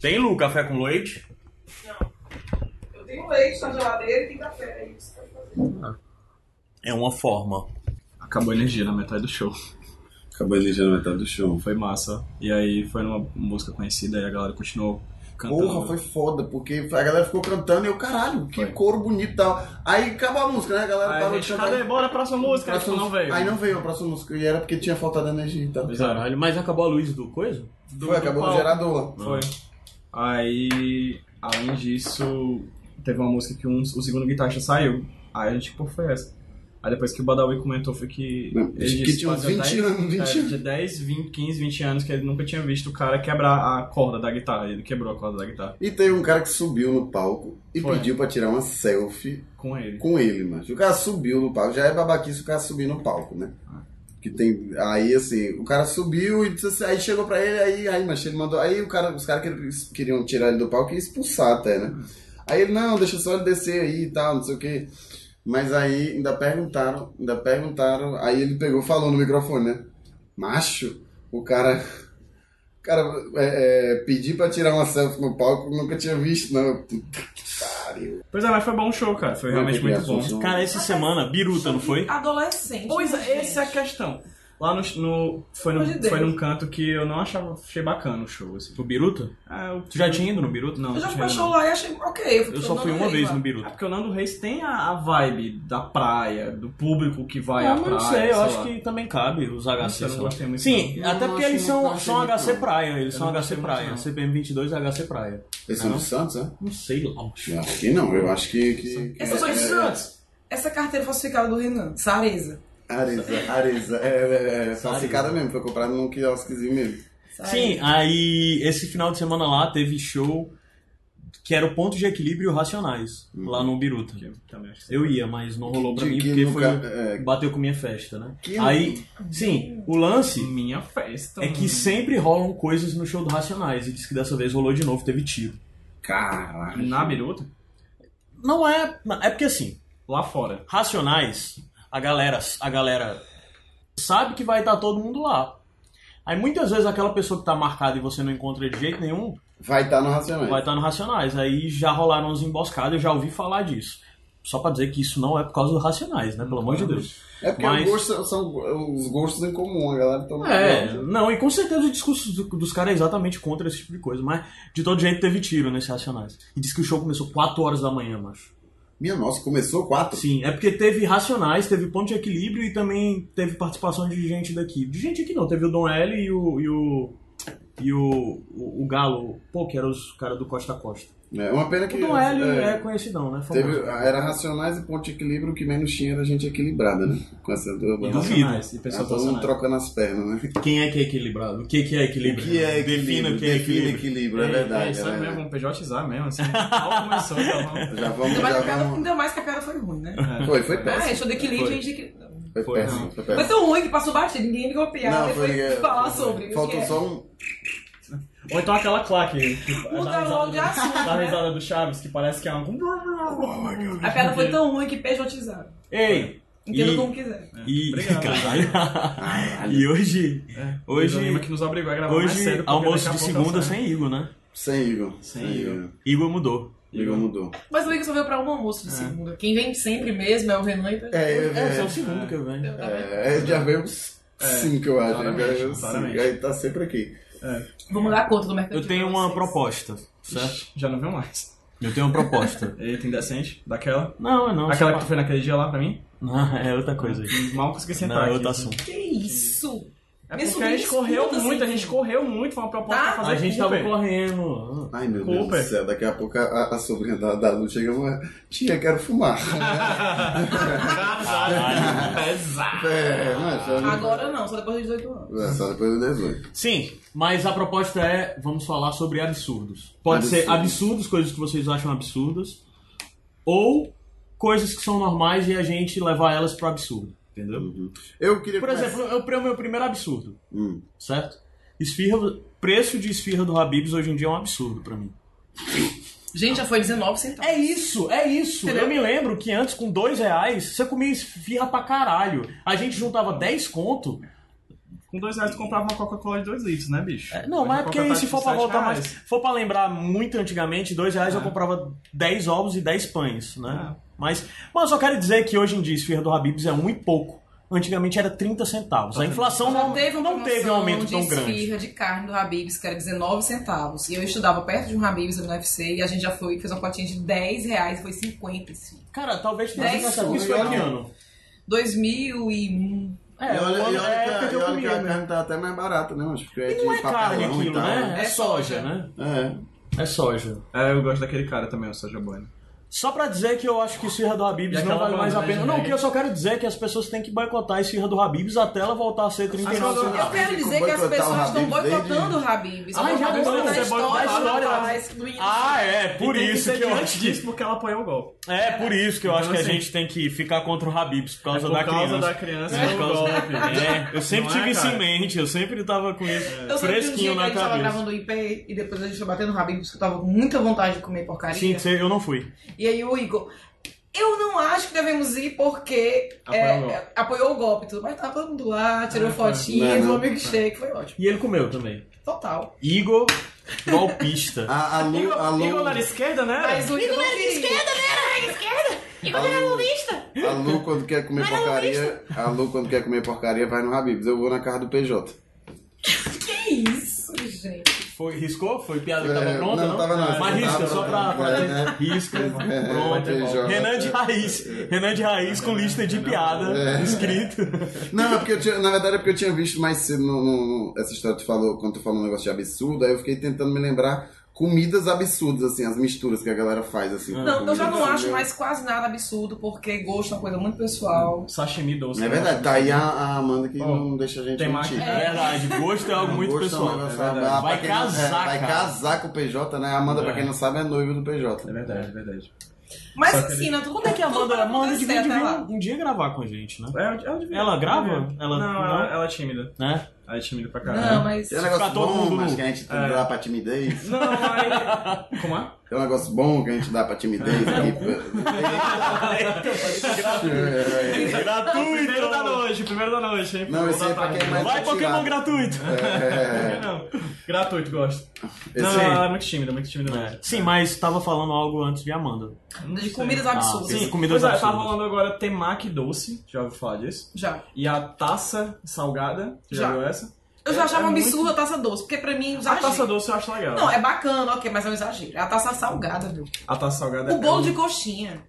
Tem, Lu, café com leite? Não. Eu tenho leite na geladeira e tem café. É isso que eu faço. É uma forma. Acabou a energia na metade do show. Acabou a energia na metade do show. Foi massa. E aí foi numa música conhecida e a galera continuou cantando. Porra, foi foda, porque a galera ficou cantando e eu, caralho, que coro bonito e tal. Aí acabou a música, né? A galera Aí a parou de gente, cantar. cadê? Bora, próxima música. Próxima Próxima não música- veio. Aí não veio a próxima música. E era porque tinha faltado energia e tal. Pois é. Caralho, mas acabou a luz do coisa? Do- do Foi, acabou o palco. gerador. Foi. Aí, além disso, teve uma música que um, o segundo guitarrista saiu. Aí a gente, pô, foi essa? Aí depois que o Badawi comentou foi que. Não, que tinha uns fazia 20 anos, 20 é, De 10, 20, 15, 20 anos que ele nunca tinha visto o cara quebrar a corda da guitarra. Ele quebrou a corda da guitarra E teve um cara que subiu no palco e Foi. pediu pra tirar uma selfie com ele. com ele, mano. O cara subiu no palco. Já é babaquice o cara subir no palco, né? Que tem. Aí, assim, o cara subiu e disse assim, aí chegou pra ele, aí, aí, mas ele mandou. Aí o cara, os caras queriam- queriam tirar ele do palco e expulsar até, né? Aí ele, não, deixa só ele descer aí e tal, não sei o quê. Mas aí ainda perguntaram, ainda perguntaram, aí ele pegou e falou no microfone, né? Macho, o cara. O cara é, é, pedir pra tirar uma selfie no palco, eu nunca tinha visto, não. Eu, Puta que pariu. Pois é, mas foi bom o show, cara. Foi realmente é muito bom. Cara, essa semana, biruta, não foi? Adolescente. Pois né, é, essa é a gente? questão. Lá no. no- foi, Pelo amor no de foi Deus. num canto que eu não achava. Achei bacana o show, assim. No biruta? Ah, eu- Tu já tinha ido no biruta? Não, Eu já não fui pra tinha ido, show não. lá e achei ok. Eu, Eu só fui uma vez no É biruta. porque o Nando Reis tem a, a vibe da praia, do público que vai à Ah, mas praia. não sei, eu acho lá. que também cabe os HC. eu não sei lá. gostei muito, Sim, não. até Não, porque acho eles que são, não são achei HC muito, Praia, eles Eu são não HC gostei muito, Praia. não. CPM22 HC é Praia. Eles são Não. do Santos, né? Não sei lá, acho. Não, Aqui não, eu acho que. que, que Essa é, foi de é, Santos. Essa carteira falsificada do Renan. Sareza. Areza, Areza. É, é, é falsificada mesmo, foi comprado num quiosquezinho mesmo. Sareza. Sim, Tá aí esse final de semana lá teve show que era o ponto de equilíbrio Racionais, lá no Biruta. Eu também acho que sim. Eu ia, mas não rolou pra De mim que porque foi, nunca- é. bateu com minha festa, né? Que- Aí, sim, o lance Minha festa. é que sempre rolam coisas no show do Racionais e diz que dessa vez rolou de novo, teve tiro. Caralho. Na biruta? Não é, é porque assim, Lá fora. racionais, a galera, a galera sabe que vai estar todo mundo lá. Aí muitas vezes aquela pessoa que tá marcada e você não encontra de jeito nenhum, Vai estar no Racionais. vai estar no Racionais. Aí já rolaram uns emboscados, eu já ouvi falar disso. Só pra dizer que isso não é por causa do Racionais, né? Pelo amor de Deus. É porque Mas- os gostos são os gostos em comum, a galera toma. É, não, e com certeza o discurso do- dos caras é exatamente contra esse tipo de coisa, mas de todo jeito teve tiro nesse Racionais. E diz que o show começou 4 horas da manhã, macho. Minha nossa, começou quatro. Sim, é porque teve Racionais, teve Ponto de Equilíbrio e também teve participação de gente daqui. De gente aqui não, teve o Dom L e o. e o. e o, o, o Galo, pô, que era os caras do Costa a Costa. É uma pena que. O Dom L é, é, conhecidão, né? Famoso. teve, era Racionais e Ponto de Equilíbrio, o que menos tinha era gente equilibrada, né? Com essa duas Duvido. É, bandas. um Racionais, E Tá pessoas todo mundo racionais. trocando as pernas, né? Quem é que é equilibrado? O que, que é equilibrado? Defina o que é Defina equilíbrio. equilíbrio, é verdade. É, isso né? é mesmo, um PJizar mesmo. Assim, mal começou, tá bom? Já vamos, Ainda mais, que já a cara, vamos. ainda mais que a cara foi ruim, né? É. assim. Foi, foi péssimo. Ah, show do equilíbrio, Foi. gente. equilíbrio. Foi, Foi, péssimo, foi péssimo. Foi tão ruim que passou batido, ninguém ligou a piada Não, e foi foi- é, falar sobre. Faltou porque só um. Ou então aquela claque. que- Muda da risada logo de do- assunto, Da né? risada do Chaves, que parece que é um. A piada foi tão ruim que pejotizaram. Ei! Entenda E- como quiser. E. É. Obrigado. Caralho. e hoje. É, Hoje- o Lima que nos obrigou a gravar mais Hoje, cedo, porque almoço daqui a de pouco é tá segunda eu saio. sem Igor, né? Sem Igor. Sem Igor. Igor mudou. Igor mudou. Mas o Igor só veio pra um almoço de segunda. Quem vem sempre mesmo é o Renan e É, é, É, esse é o é, segundo que eu venho. é, é, já veio uns cinco, eu acho. Já claramente, veio uns cinco. claramente. Aí tá sempre aqui. Vou mandar a conta do mercado. Eu tenho uma proposta, certo? Já não viu mais. Eu tenho uma proposta. Eita, indecente. Daquela. Não, não. Aquela que só- tu foi naquele dia lá pra mim? Hum, Não, é outra coisa aí. Mal consegui sentar Não, é aqui. outro assunto. Que isso? É Minha porque a gente sobrinha correu escuta, muito, a assim. gente correu muito, foi uma proposta Tá? pra fazer A gente tava Cooper. correndo. Ai, meu Culpa. Deus do céu. Daqui a pouco a, a sobrinha da, da Lu chega e fala, Tia, quero fumar. Caralho, pesado. é, mas... só- Agora não, só depois dos 18 anos. É, só depois do 18. Sim, mas a proposta é: vamos falar sobre absurdos. Pode ser Absurdos. absurdos, coisas que vocês acham absurdas, ou coisas que são normais e a gente levar elas pro absurdo. Entendeu? Eu queria... Por começar- exemplo, eu o meu primeiro absurdo, Hum. certo? Esfirra, preço de esfirra do Habibs hoje em dia é um absurdo pra mim. Gente, já foi 19 centavos. É isso, é isso. Entendeu? Eu me lembro que antes, com dois reais, você comia esfirra pra caralho. A gente juntava 10 conto, Com dois reais tu comprava uma Coca-Cola de dois litros, né, bicho? É, não, Hoje mas a é porque Coca-Cola se tá for pra sete voltar reais. mais. Se for pra lembrar muito antigamente, dois reais eu É. comprava 10 ovos e 10 pães, É. né? Mas, mas eu só quero dizer que hoje em dia esfirra do Habibs é um e pouco. Antigamente era 30 centavos. A inflação Já não, teve uma não teve um promoção aumento de tão grande. esfirra de carne do Habib's, que era 19 centavos. E eu estudava perto de um Habib's ali no UFC e a gente já foi, fez uma cotinha de 10 reais e foi 50 esfirra. Cara, talvez tenha Dez sido essa- Isso foi reais. que ano? 2001. É, e olha, quando- e olha é a que, época a- que e eu olha que comia, a né? carne tá até mais barata, né? Acho que é E de não é carne papelão e aquilo, tal. né? É É soja, soja. né? É. É soja. É, eu gosto daquele cara também, o Soja Boy. Só pra dizer que eu acho que Esfirra do E Habibs não aquela vale mais a banda, né, pena. de Não, o reggae? que eu só quero dizer é que as pessoas têm que boicotar a Esfirra do Habibs até ela voltar a ser 39 Esfirra do centavos. Eu quero Habib's, dizer que as boicotar o pessoas estão Habib's desde- boicotando o Habib's. Ah, Estão já não, boicotando você a boicotou a história história. do rapaz, do menino. Ah, é, por isso que eu acho que. disso, porque ela apoiou o golpe. É, por isso que eu Então, acho que a assim, é gente tem que ficar contra o Habibs, por causa por da causa criança. da criança É, e por do causa- golpe. É, eu sempre Não é, tive isso cara? em mente, eu sempre tava com isso Eu sei que um fresquinho dia que a na gente tava cabeça. gravando o IP e depois a gente foi batendo no Habib's, que eu tava com muita vontade de comer porcaria. Sim, você- eu não fui. E aí o Igor, eu não acho que devemos ir porque Apoiou é, o golpe. é, apoiou o golpe, tudo, mas tava todo mundo lá, tirou Ah, fotinha, Não, fez um não. milkshake, foi ótimo. E ele comeu também. Total. Igor, golpista. A, a Lu, a Lu, Igor na esquerda, né? Mas o Igor não queria. a Lu, quando quer comer porcaria, a Lu, quando quer comer porcaria, vai no Habibs. Eu vou na casa do PJ. Que isso, gente. Foi, riscou? Foi piada que É, tava pronta? não, Não, tava não. Mas Tava risca, pronta. só pra. pra- É, né? Risca, É, pronto. é, joga. Renan de Raiz. Renan de Raiz com lista de piada escrito. Não, é porque eu tinha, na verdade é porque eu tinha visto mais cedo no, no- essa história que tu falou, quando tu falou um negócio de absurdo, aí eu fiquei tentando me lembrar comidas absurdas, assim, as misturas que a galera faz, assim. Ah, com Não, eu já comida, não acho entendeu? mais quase nada absurdo, porque gosto é uma coisa muito pessoal. Sashimi doce. né? É verdade, tá aí a, a Amanda que Ó, não deixa a gente tem mentir. mais- É verdade, gosto é algo muito Gosto é um pessoal. negócio- é verdade. ah, pra Vai quem não- é, casar, vai cara. casar com o PJ, né? A Amanda, pra quem não sabe, é noiva do PJ. É verdade, é verdade. Mas Só que assim, né, tudo Quando é que a tudo Amanda, pode tá Amanda acontecer devia, né, até devia lá. um dia gravar com a gente, né? É, Ela, ela devia- Ela grava? devia. Ela- não, ela, ela é tímida. Né? Ela é tímida pra É. caralho. Não, mas. É um Pra negócio todo bom, mundo mas nu. que a gente dá pra timidez. Não, aí... Como é? É um negócio bom que a gente dá pra timidez aqui. um É. Primeiro da Gratuito! tá noite, primeiro da noite, hein? Não, esse aí é pra quem é mais Vai Pokémon atirado. gratuito! É. Não, gratuito, gosto. Esse não, aí. ela é muito tímida, muito tímida É, mesmo. Sim, mas tava falando algo antes de Amanda. Não De sei. comidas Ah, absurdas. sim, Sim. comidas Pois é, tá absurdas. rolando agora temaki doce, já ouviu falar disso? Já. E a taça salgada, já, Já. viu essa? Eu É- já achava é um muito- absurdo a taça doce, porque pra mim é um A exagero. taça doce eu acho legal. Não, é bacana, ok, mas é um exagero. É a taça salgada, viu? A taça salgada O bolo é de coxinha.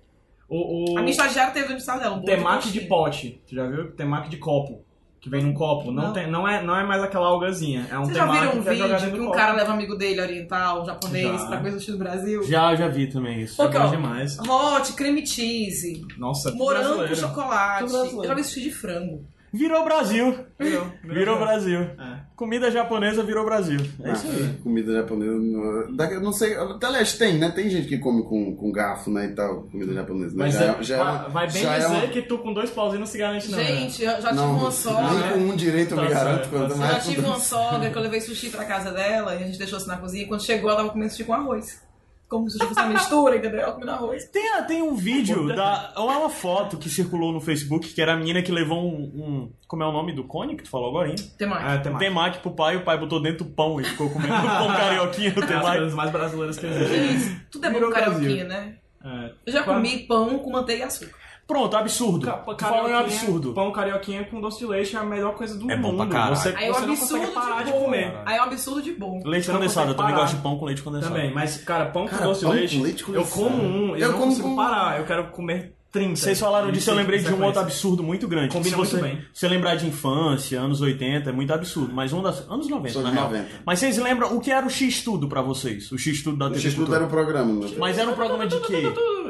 o, o... A minha estagiária teve no estado dela. um bolo Temaki de coxinha. pote, tu já viu? Temaki de copo, que vem num copo. Não, Não. Tem, não, é, não é mais aquela algazinha, é um Vocês já temaki viram um que é jogado vídeo no que um copo. cara leva amigo dele, oriental, japonês, Já. pra coisa X do Brasil? Já, já vi também isso. Ô, É bom ó. demais. Hot, creme cheese, Nossa, morango com brasileiro. chocolate. Tudo brasileiro. Eu já vi sushi de frango. Virou Brasil! Virou, Virou Brasil. É. Comida japonesa virou Brasil. É isso aí. Ah, Comida japonesa. não- daqui- Não sei. Aliás, tem, né? Tem gente que come com, com garfo, né? E tal, comida japonesa. Né? Mas Já- é- já é uma- vai, vai bem já é dizer uma- que tu com dois pauzinhos não se garante, não. né? Gente, eu já tive Não, uma sogra. nem com um direito eu Tá me garanto. certo, Quanto tá Eu já mais. tive uma sogra que eu levei sushi pra casa dela e a gente deixou assim na cozinha. Quando chegou, ela tava comendo sushi com arroz. Como se fosse uma mistura, entendeu? Ela comendo arroz. Tem, a- tem um vídeo, da, ou é uma foto que circulou no Facebook, que era a menina que levou um. um- como é o nome do cone que tu falou agora, hein? Tem mais. É, temaki. Temaki pro pai, o pai botou dentro do pão e ficou comendo um pão carioquinha no É as temaki. coisas mais brasileiras que existem. Isso, Tudo é bom Virou com carioquinha, né? É. Eu já Pão- comi pão com manteiga e açúcar. Pronca- Pronto, absurdo. ca- Tu falou em carioquinha- um absurdo. um Pão carioquinha com doce de leite é a melhor coisa do É bom mundo. pra caralho. Você, Aí é um você não absurdo consegue de parar de, bom. comer. Aí é um absurdo de bom. Leite Você não condensado, eu consegue também parar. gosto de pão com leite condensado. Também, mas, cara, pão com Cara, doce de pão leite, com leite com eu leite, como cara. um e Eu eu não como consigo com- parar. Eu quero comer 30. Vocês falaram E disso, eu lembrei de um sequência. outro absurdo muito grande. Combina se você, muito bem. se você lembrar de infância, anos 80, é muito absurdo. Mas um das. Anos 90, Sou de na real. 90. Mas vocês lembram o que era o X-Tudo pra vocês? O X-Tudo da O TV X-Tudo Cultura? era o programa, né? Mas era um programa de quê?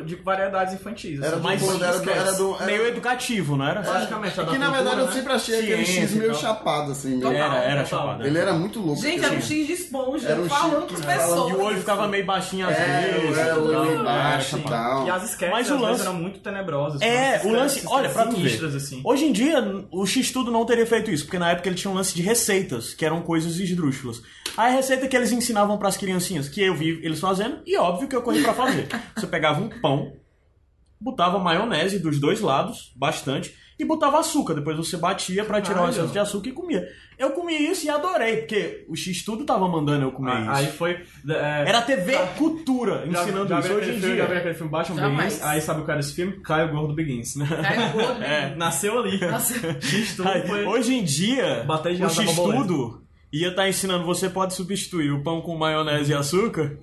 De variedades infantis. Era assim. do- Mas era do- era do- era- meio educativo, não era? Basicamente, é da Que na cultura, verdade eu né? sempre achei aquele Ciência X e meio tal. chapado, assim. meio- Era, era Total. chamada. Ele era muito louco. Gente, era aquele um X de esponja, assim, Era um falando X com as que falava pessoas. E o olho ficava meio baixinho um às vezes. É, o tal. olho embaixo e tal. E as sketches Mas o às vezes, lance- eram muito tenebrosas. É, umas o lance. sketches Olha, pra tu ver. sinistras, assim. Hoje em dia, o X-Tudo não teria feito isso, porque na época ele tinha um lance de receitas, que eram coisas esdrúxulas. A receita que eles ensinavam pras criancinhas, que eu vi eles fazendo, e óbvio que eu corri pra fazer. Você pegava um pão, botava maionese dos dois lados, bastante, e botava açúcar. Depois você batia pra tirar o Caralho. excesso de açúcar e comia. Eu comi isso e adorei, porque o X tudo tava mandando eu comer Ah, Aí isso. foi. é, Era TV Cultura já- ensinando já isso viu hoje aquele em filme, Já viu dia. aquele filme Batman Jamais. Begins? Aí sabe o cara desse filme? Caio Gordo Begins, né? Caiu gordo, É. Nasceu ali. Nossa, X tudo Aí, foi. Hoje em dia, Bater de o asa na X borboleta. tudo ia estar ensinando você pode substituir o pão com maionese e açúcar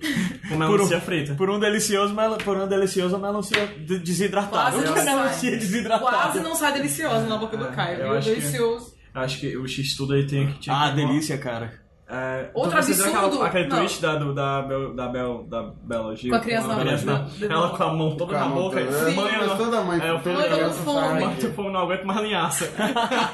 Como é por um- Lucia Frita. por um delicioso mel- por uma deliciosa melancia de- desidratada. Quase o que não é melancia sai. desidratada? quase não sai deliciosa na boca do É, Caio, eu viu? acho que- Delicioso. Acho que o X tudo aí tem que. tinha Ah, que- delícia, cara. É, Outro então você viu aquela- absurdo. Aquele Não. tweet da, do, da, Bel, da, Bel, da Bela Gil. Com a criança né? na na- boca. Ela com a mão toda na Calma, boca. assim, toda- Mãe, eu mas não- toda mãe. É, eu tô- toda eu tô criança com sabe fome. que- Muito fome, tipo, não aguento mais linhaça.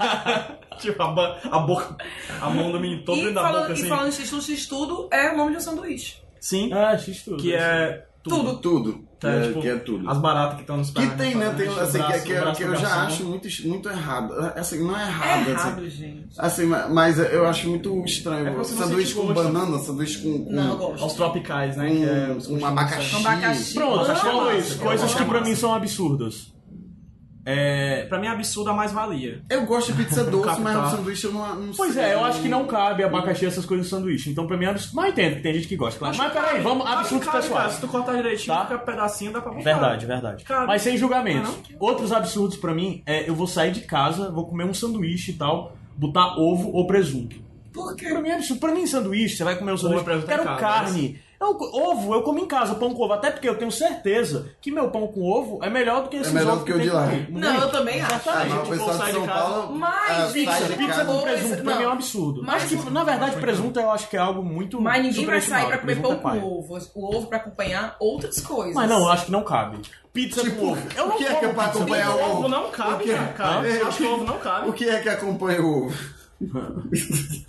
tipo, a, ba- a boca, a mão do menino todo E dentro da falando, boca e assim. falando em x-tudo, x-tudo é o nome de um sanduíche. Sim, Ah, X tudo. que é tudo. Tudo. Tudo. Tá, é, tipo, que é tudo. As baratas que estão nos Que tem, né? Tem, assim, que, que- que eu já acho acho. muito, muito errado. Assim, não é É errado, assim. errado, gente. Assim, ma- mas eu acho muito É estranho. como se você sanduíche tipo com gosto. banana, sanduíche com. com Não, eu Aos gosto. tropicais, né? Um- que é os um coxinhas, abacaxi. sabe? Abacaxi. Pronto, Amo falou massa. isso. Coisas que pra massa. mim são absurdas. É, pra mim é absurdo a mais-valia. Eu gosto de pizza doce, mas Capital. o sanduíche eu não, não Pois sei. é, eu acho que não cabe abacaxi essas coisas no sanduíche. Então pra mim é absurdo. Mas eu entendo que tem gente que gosta, claro. Mas peraí, vamos, Acho absurdos que cabe, cara, pessoais. Se tu cortar direitinho, Tá? fica um pedacinho, dá pra botar. Verdade, verdade. Cabe. Mas sem julgamentos. Não, Outros absurdos pra mim é eu vou sair de casa, vou comer um sanduíche e tal, botar ovo ou presunto. Por quê? Pra mim é absurdo. Pra mim, sanduíche, você vai comer um sanduíche. é presunto quero em casa, carne. Eu- ovo, eu como em casa, pão com ovo. Até porque eu tenho certeza que meu pão com ovo é melhor do que esses melhor ovos do que o tem de lá. aí. Não, eu também acho. Ah, Exatamente. mas gente, o pessoal pô, sai de de São casa. Paulo. Mas ah, pizza, sai Pizza, de pizza casa. com presunto Não. pra mim é um absurdo. Mas Mas, tipo, na verdade, presunto eu acho que é algo muito. Mas ninguém vai sair superestimado, pra comer presunto pão é paia. com ovo. assim, O ovo pra acompanhar outras coisas. Mas não, ah, eu acho que não cabe. Pizza com Tipo, ovo. Eu o não que é como que é pra pizza com acompanhar ovo. o- Ovo não O cabe, quê? cara. cara. Eu Ah. acho que ovo não cabe. O que é que acompanha o.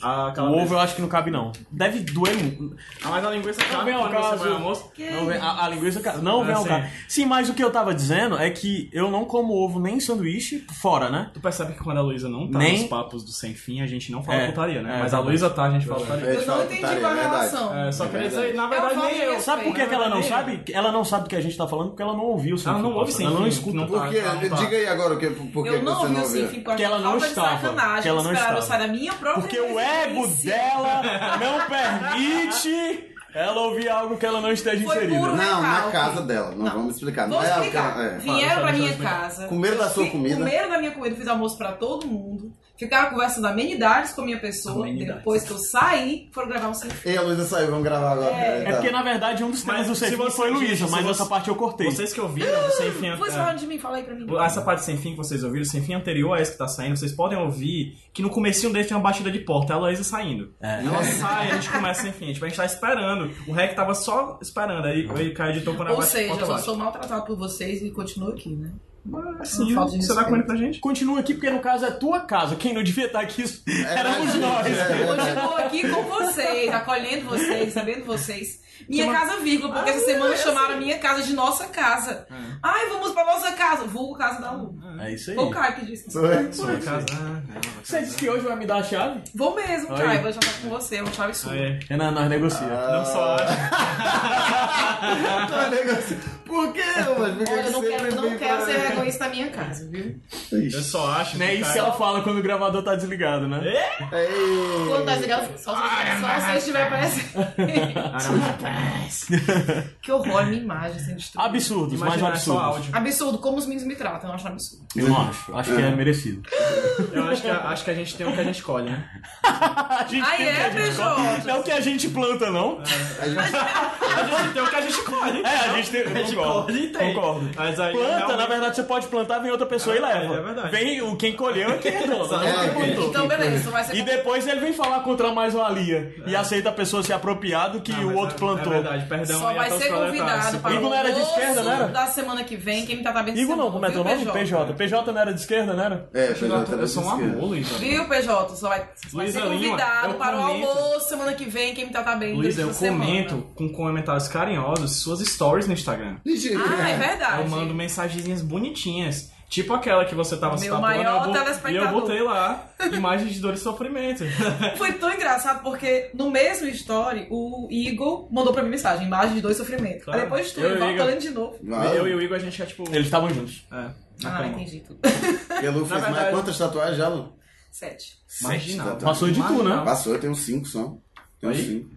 Ah, O um- ovo eu acho que não cabe, não. Deve doer muito. Ah, mas a linguiça Não é cabe vem ao quando você caso. vai ao almoço. Não vem- a, a linguiça ca- não Eu vem ao sei. caso. Sim, mas o que eu tava dizendo é que eu não como ovo nem em sanduíche, fora, né? Tu percebe que quando a Luísa não tá Nem- nos papos do sem fim, a gente não fala É, putaria, né? é, mas a verdade. Luísa tá, a gente fala putaria. Eu não entendi qual a relação. É, só É queria dizer, verdade. na verdade, Eu falo nem eu. disso. Sabe por que, que ela não sabe? Ela não sabe do que a gente tá falando porque ela não ouviu sem Ela fim, não ouve parça. sem Ela não fim, escuta. não o papo. Por que? tá, tá. Diga aí agora o que, por que Eu não você ouvi não o Sim ouviu. Fim porque Que ela não falta estava, de sacanagem. que ela não esperaram eu estava. sair da minha própria Porque o ego existência. dela não permite ela ouvir algo que ela não esteja Foi inserida. puro- Não, na Recalque. casa dela. Não, Não. vamos explicar. Vou não é o que explicar. ela. É. Vieram pra fala, minha fala. casa. Comeram da sua fi- comida. Comeram da minha comida, fiz almoço pra todo mundo. Ficaram conversando amenidades com a minha pessoa. Amenidades. Depois que eu saí, foram gravar um sem fim. é. Ei, a Luísa saiu, vamos gravar agora. É. É porque, na verdade, um dos temas Mas do se Sefim você- foi Luísa, se mas você- essa parte eu cortei. Vocês que ouviram, o sem fim. Foi é, falando de mim, fala aí pra mim. Essa parte sem fim que vocês ouviram, sem fim anterior a essa que tá saindo, vocês podem ouvir que no comecinho dele tem uma batida de porta, é a Luísa saindo. É. Ela sai, a gente começa sem fim. Tipo, a gente tá esperando. O Rec tava só esperando. Aí ele caiu de tom quando a Ou bate- seja, porta eu só bate. sou maltratado por vocês e continuo aqui, né? Mas sim, Falta de você vai respeito. comendo pra gente? Continua aqui porque, no caso, é tua casa. Quem não devia estar aqui éramos gente, nós. é. Eu Continuo aqui com vocês, acolhendo vocês, sabendo vocês. Minha casa, vírgula, porque Ah, é essa assim. semana chamaram a minha casa de nossa casa. Ai, vamos pra nossa casa. Vulgo casa da Lu. É isso aí. Foi o Caio que disse. Sou- Sua casa. Ah, Você disse que hoje vai me dar a chave? Vou mesmo, Aí. Caio, vou jantar com você, é um uma chave sua. Aí, Renan, nós negocia. não só acho. Tá, negócio. Por que, mano? Por que Olha, É, eu não sempre quero, vem não quero pra- ser egoísta na minha casa, viu? Eu só acho. Né, que, isso cara, ela fala quando o gravador tá desligado, né? Ei. Quando tá ligado, só se Ah, é só se eu estiver parecendo. que horror, minha imagem sendo destruída. Absurdos, mais um Imagina, é só absurdos. áudio. Absurdo, como os meninos me tratam, eu acho um absurdo. Eu não acho. Acho que é merecido. Eu acho que, a- acho que a gente tem o que a gente colhe, né? A gente Ah, Ai, tem o que é, a gente- PJ? Não Ah, é o que a gente planta, não. É. A gente- A gente tem o que a gente colhe. É, a gente tem. A gente Concordo. colhe e tem. Concordo. Mas aí, Planta, realmente- na verdade, você pode plantar, vem outra pessoa É e leva. verdade, é verdade. Vem o quem colheu é quem é dono, não É, quem plantou. Então, beleza, só vai ser. E depois ele vem falar contra a mais-valia e aceita a pessoa se apropriar do que É. Não, o mas outro é- plantou. É verdade, perdão. Só aí vai até os ser proletários. convidado para tá, Igor o não era de almoço esquerda, não era? da semana que vem. Quem me tratar bem Igor não, como é viu, teu nome? PJ. né? PJ não era de esquerda, não era? É, Eu, sou um esquerda. amor, Luísa. Viu, PJ? Só vai, só vai Luísa ser Lima, é convidado eu para comento. o almoço semana que vem. Quem me tratar bem Luísa, eu durante a comento semana. com comentários carinhosos suas stories no Instagram. Gente, Ah, é verdade. Eu mando mensagenzinhas bonitinhas. Tipo aquela que você tava Meu se tatuando. maior eu bo- E eu telespectador. botei lá imagens de dor e sofrimento. Foi tão engraçado porque no mesmo story o Igor mandou pra mim mensagem, imagem de dois sofrimentos. Claro. Aí depois tu, Eu e o volta Igor. lendo de novo. Ah, Eu e o Igor, a gente é tipo. Eles estavam juntos. É, na Ah, cama. entendi tudo. Porque a Lu Na fez mais verdade- quantas tatuagens já, Lu? Sete. Marginal. Tá Passou de tu, né? Passou, eu tenho cinco só. Tenho Aí? cinco.